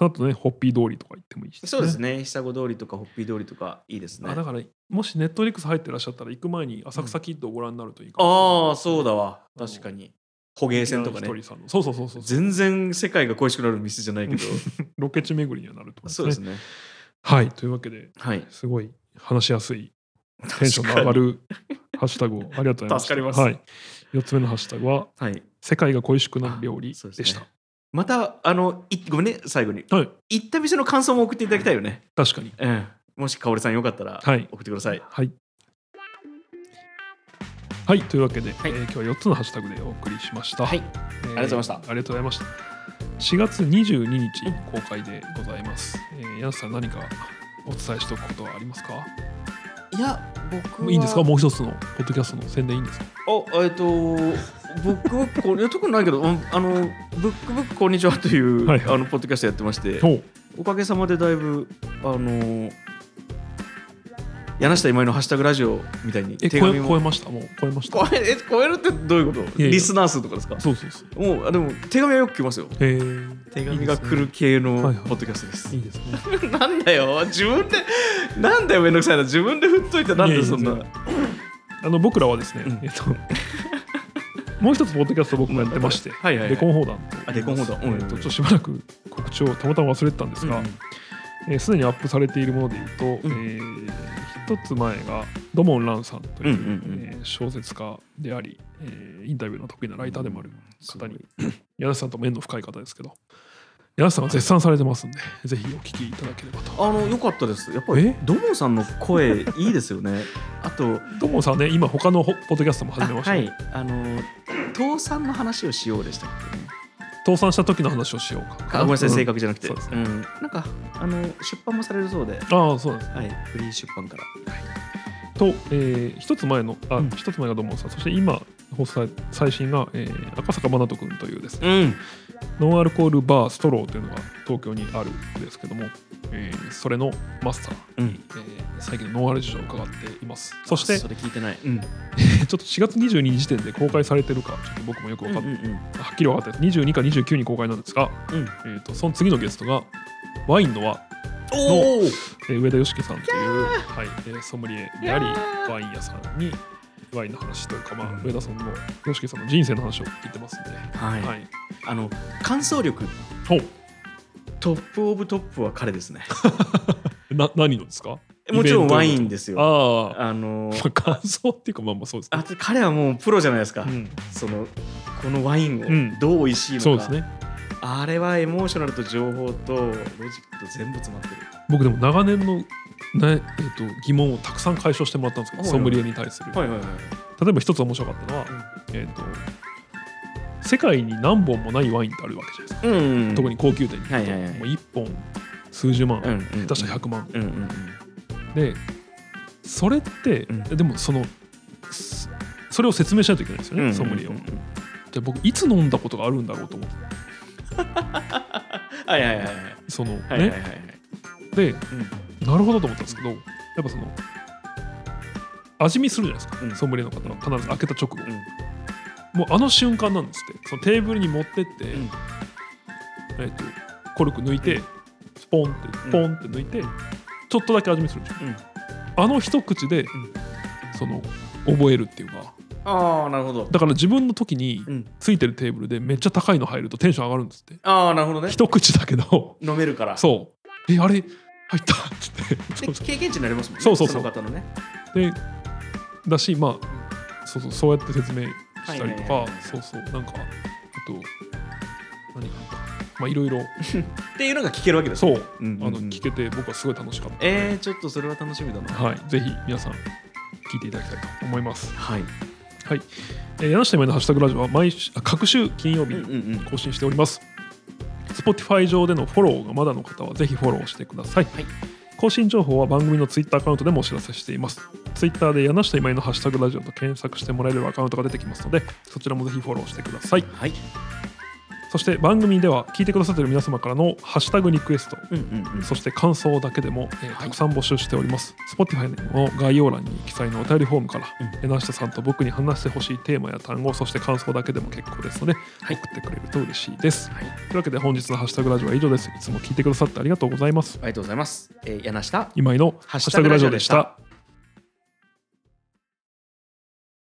B: あとね、ホッピー通りとか行ってもいいし、
A: そうですね久子通りとかホッピー通りとかいいですね
B: あだからもしネットフリックス入ってらっしゃったら行く前に浅草キッドをご覧になるといいか
A: ああそう
B: だ
A: だわ確かに捕鯨船とかね
B: さんのそうそうそうそう
A: 全然世界が恋しくなる店じゃないけど
B: ロケ地巡りにはなると思
A: そうです
B: ね
A: ね
B: はいというわけで
A: はい
B: すごい話しやすいテンションの上がるハッシュタグをありがとうございました。
A: 助かります
B: はい、4つ目のハッシュタグは、
A: はい
B: 世界が恋しくなる料理で
A: そう
B: し
A: すね
B: た。
A: またあのいごめんね最後に
B: はい、
A: 行った店の感想も送っていただきたいよね、
B: 確かに。
A: うん、もしかおりさんよかったら
B: はい
A: 送ってください、
B: はい。はい、というわけで、
A: はい
B: えー今日は4つのハッシュタグでお送りしました。
A: はい
B: えー
A: ありがとうございまし
B: ありがとうございました。4月22日公開でございます。えー、ヤンさん、何かお伝えしておくことはありますか
A: いや僕はい
B: いんですかもう一つのポッドキャストの宣伝いいんですか
A: あえっと僕はこれ特にないけどうんあの「ブックブックこんにちは」という、
B: はいはい
A: あのポッドキャストやってまして
B: お
A: おかげさまでだいぶあの柳下今井の「ハッシュタグラジオ」みたいに
B: え
A: 手
B: 超え
A: 紙
B: 超え
A: も
B: ましたもう超えました
A: 超ええ超えるってどういうこと
B: いや
A: リスナー数とかですか
B: そうそうそう。
A: もうあでも手紙はよく来ますよ
B: えー、
A: 手紙が来る系の
B: はいはい
A: ポッドキャストです
B: いいですね。
A: なんだよ自分でなんだよめんどくさいな自分で振っといてなんでそんない
B: やいやあの僕らはですね、
A: うん
B: えっと、 もう一つポッドキャスト僕もやってまして、
A: はいはいはい
B: レコン放談と
A: あレコン放談うん
B: えっとちょっとしばらく告知をたまたま忘れてたんですが、えーすで、にアップされているものでいうと、
A: うん
B: えー一つ前がドモン・ランさんという,、
A: うんうんうん
B: えー小説家であり、えーインタビューの得意なライターでもある方に、柳瀬さんとも縁の深い方ですけど、柳瀬さんが絶賛されてますんで、ぜひお聞きいただければと。
A: あの良かったです。やっぱり
B: え
A: ドモンさんの声いいですよ ね。あと
B: ドモンさんね、今他のほポッドキャストも
A: あ
B: 始めました
A: は
B: ね、
A: いあの倒産の話をしようでしたっけね。
B: 倒産した時の話をしようか。
A: あごめんなさい
B: うん
A: 正確じゃなくて。
B: そうですね
A: んなんかあの出版もされるそうで、
B: ああそうなんです
A: はいフリー出版から。
B: と、えー一つ前のあ、
A: うん
B: 一つ前がどうもさんそして今放送さ最新が、えー赤坂真奈人君というですね
A: うん
B: ノンアルコールバーストローというのが東京にあるんですけども、えーそれのマスター、
A: うん。
B: えー最近のノンアル事情を伺っていますそしてち
A: そ
B: ょっ
A: れ聞いてない。うん
B: と4月22日時点で公開されてるかちょっと僕もよく
A: う
B: 分
A: ん
B: か
A: う
B: っ
A: ん
B: て、はっきり分かってない22か29に公開なんですが、
A: うんうん。
B: えー、とその次のゲストがワインの輪
A: おお。
B: えー上田よしきさんという、はいえーソムリエであり
A: いやー
B: ワイン屋さんにワインの話というか、ま
A: うん
B: あ、上田さんのよしきさんの人生の話を聞いてますんで、
A: は。
B: はいい、
A: あの感想力
B: ほう
A: トップオブトップは彼ですね。
B: な何のですか
A: もちろんワイ
B: イベ
A: ンですよ。
B: ああ、
A: あの
B: まあ、感想っていうかまあまあそうです
A: あ
B: ね、
A: と彼はもうプロじゃないですか。
B: うん、
A: そのこのワイン
B: うん
A: をどう美味しいのか、
B: そうですね
A: あれはエモーショナルと情報とロジックと全部詰まってる
B: 僕でも長年の、ねえー、と疑問をたくさん解消してもらったんですけど
A: はい
B: ソムリエに対する、
A: いはいはい
B: 例えば一つ面白かったのは、えー、と世界に何本もないワインってあるわけじゃないですか、
A: うんうんうん
B: 特に高級店に行くと、
A: はいはいはい
B: もう1本数十万、
A: うんうんうん
B: 下手したら100万
A: うんうんうん
B: でそれって、
A: うん
B: でもそのそそれを説明しないといけないですよね、
A: うんうん
B: ソムリエを
A: うん
B: じ
A: うん
B: ゃあ僕いつ飲んだことがあるんだろうと思って
A: はいはいはいはい
B: そのね、
A: はいはいはいはい
B: で
A: うん
B: なるほどと思ったんですけどやっぱその味見するじゃないですか、
A: うん
B: ソムリエの方が必ず開けた直後、
A: うん
B: もうあの瞬間なんですってそのテーブルに持ってって、
A: うん
B: えっとコルク抜いて、スポンって
A: ん
B: ポンって抜いて、ちょっとだけ味見するんですよ
A: うん
B: あの一口で、その覚えるっていうか
A: ああなるほど
B: だから自分の時に
A: うん
B: ついてるテーブルでめっちゃ高いの入るとテンション上がるんですって
A: ああなるほどね
B: 一口だけど
A: 飲めるから
B: そうえあれ入った っつっ て
A: で経験値になりますもんね
B: そうそうそう
A: の方のね
B: でだしまあそうそうそうやって説明したりと
A: はいはいは
B: か
A: いはい
B: そうそうなんかあと何かまあいろいろ
A: っていうのが聞けるわけです
B: そう
A: うんうんうん
B: あの聞けて僕はすごい楽しかったので
A: えー、ちょっとそれは楽しみだな
B: はいぜひ皆さん聞いていただきたいと思います
A: はい
B: はい、えー、柳下今井のハッシュタグラジオは毎週あ各週金曜日
A: うんうんうん
B: 更新しております。Spotify 上でのフォローがまだの方はぜひフォローしてください。
A: はい
B: 更新情報は番組の Twitter アカウントでもお知らせしています。Twitter で柳下今井のハッシュタグラジオと検索してもらえるアカウントが出てきますので、そちらもぜひフォローしてください。
A: はい
B: そして番組では聞いてくださっている皆様からのハッシュタグリクエスト、
A: うんうんうん
B: そして感想だけでも、えーたくさん募集しております。Spotify の概要欄に記載のお便りフォームから、柳下さんと僕に話してほしいテーマや単語、そして感想だけでも結構ですので、
A: はい
B: 送ってくれると嬉しいです。
A: はい
B: というわけで本日のハッシュタグラジオは以上です。いつも聞いてくださってありがとうございます。
A: ありがとうございます、えー、柳下
B: 今井の
A: ハ
B: ハ
A: ッ
B: ッ
A: シ
B: シ
A: ュ
B: ュ
A: タ
B: タ
A: グ
B: グ
A: ラ
B: ラ
A: ジ
B: ジ
A: オ
B: オ
A: で
B: で
A: し
B: したた。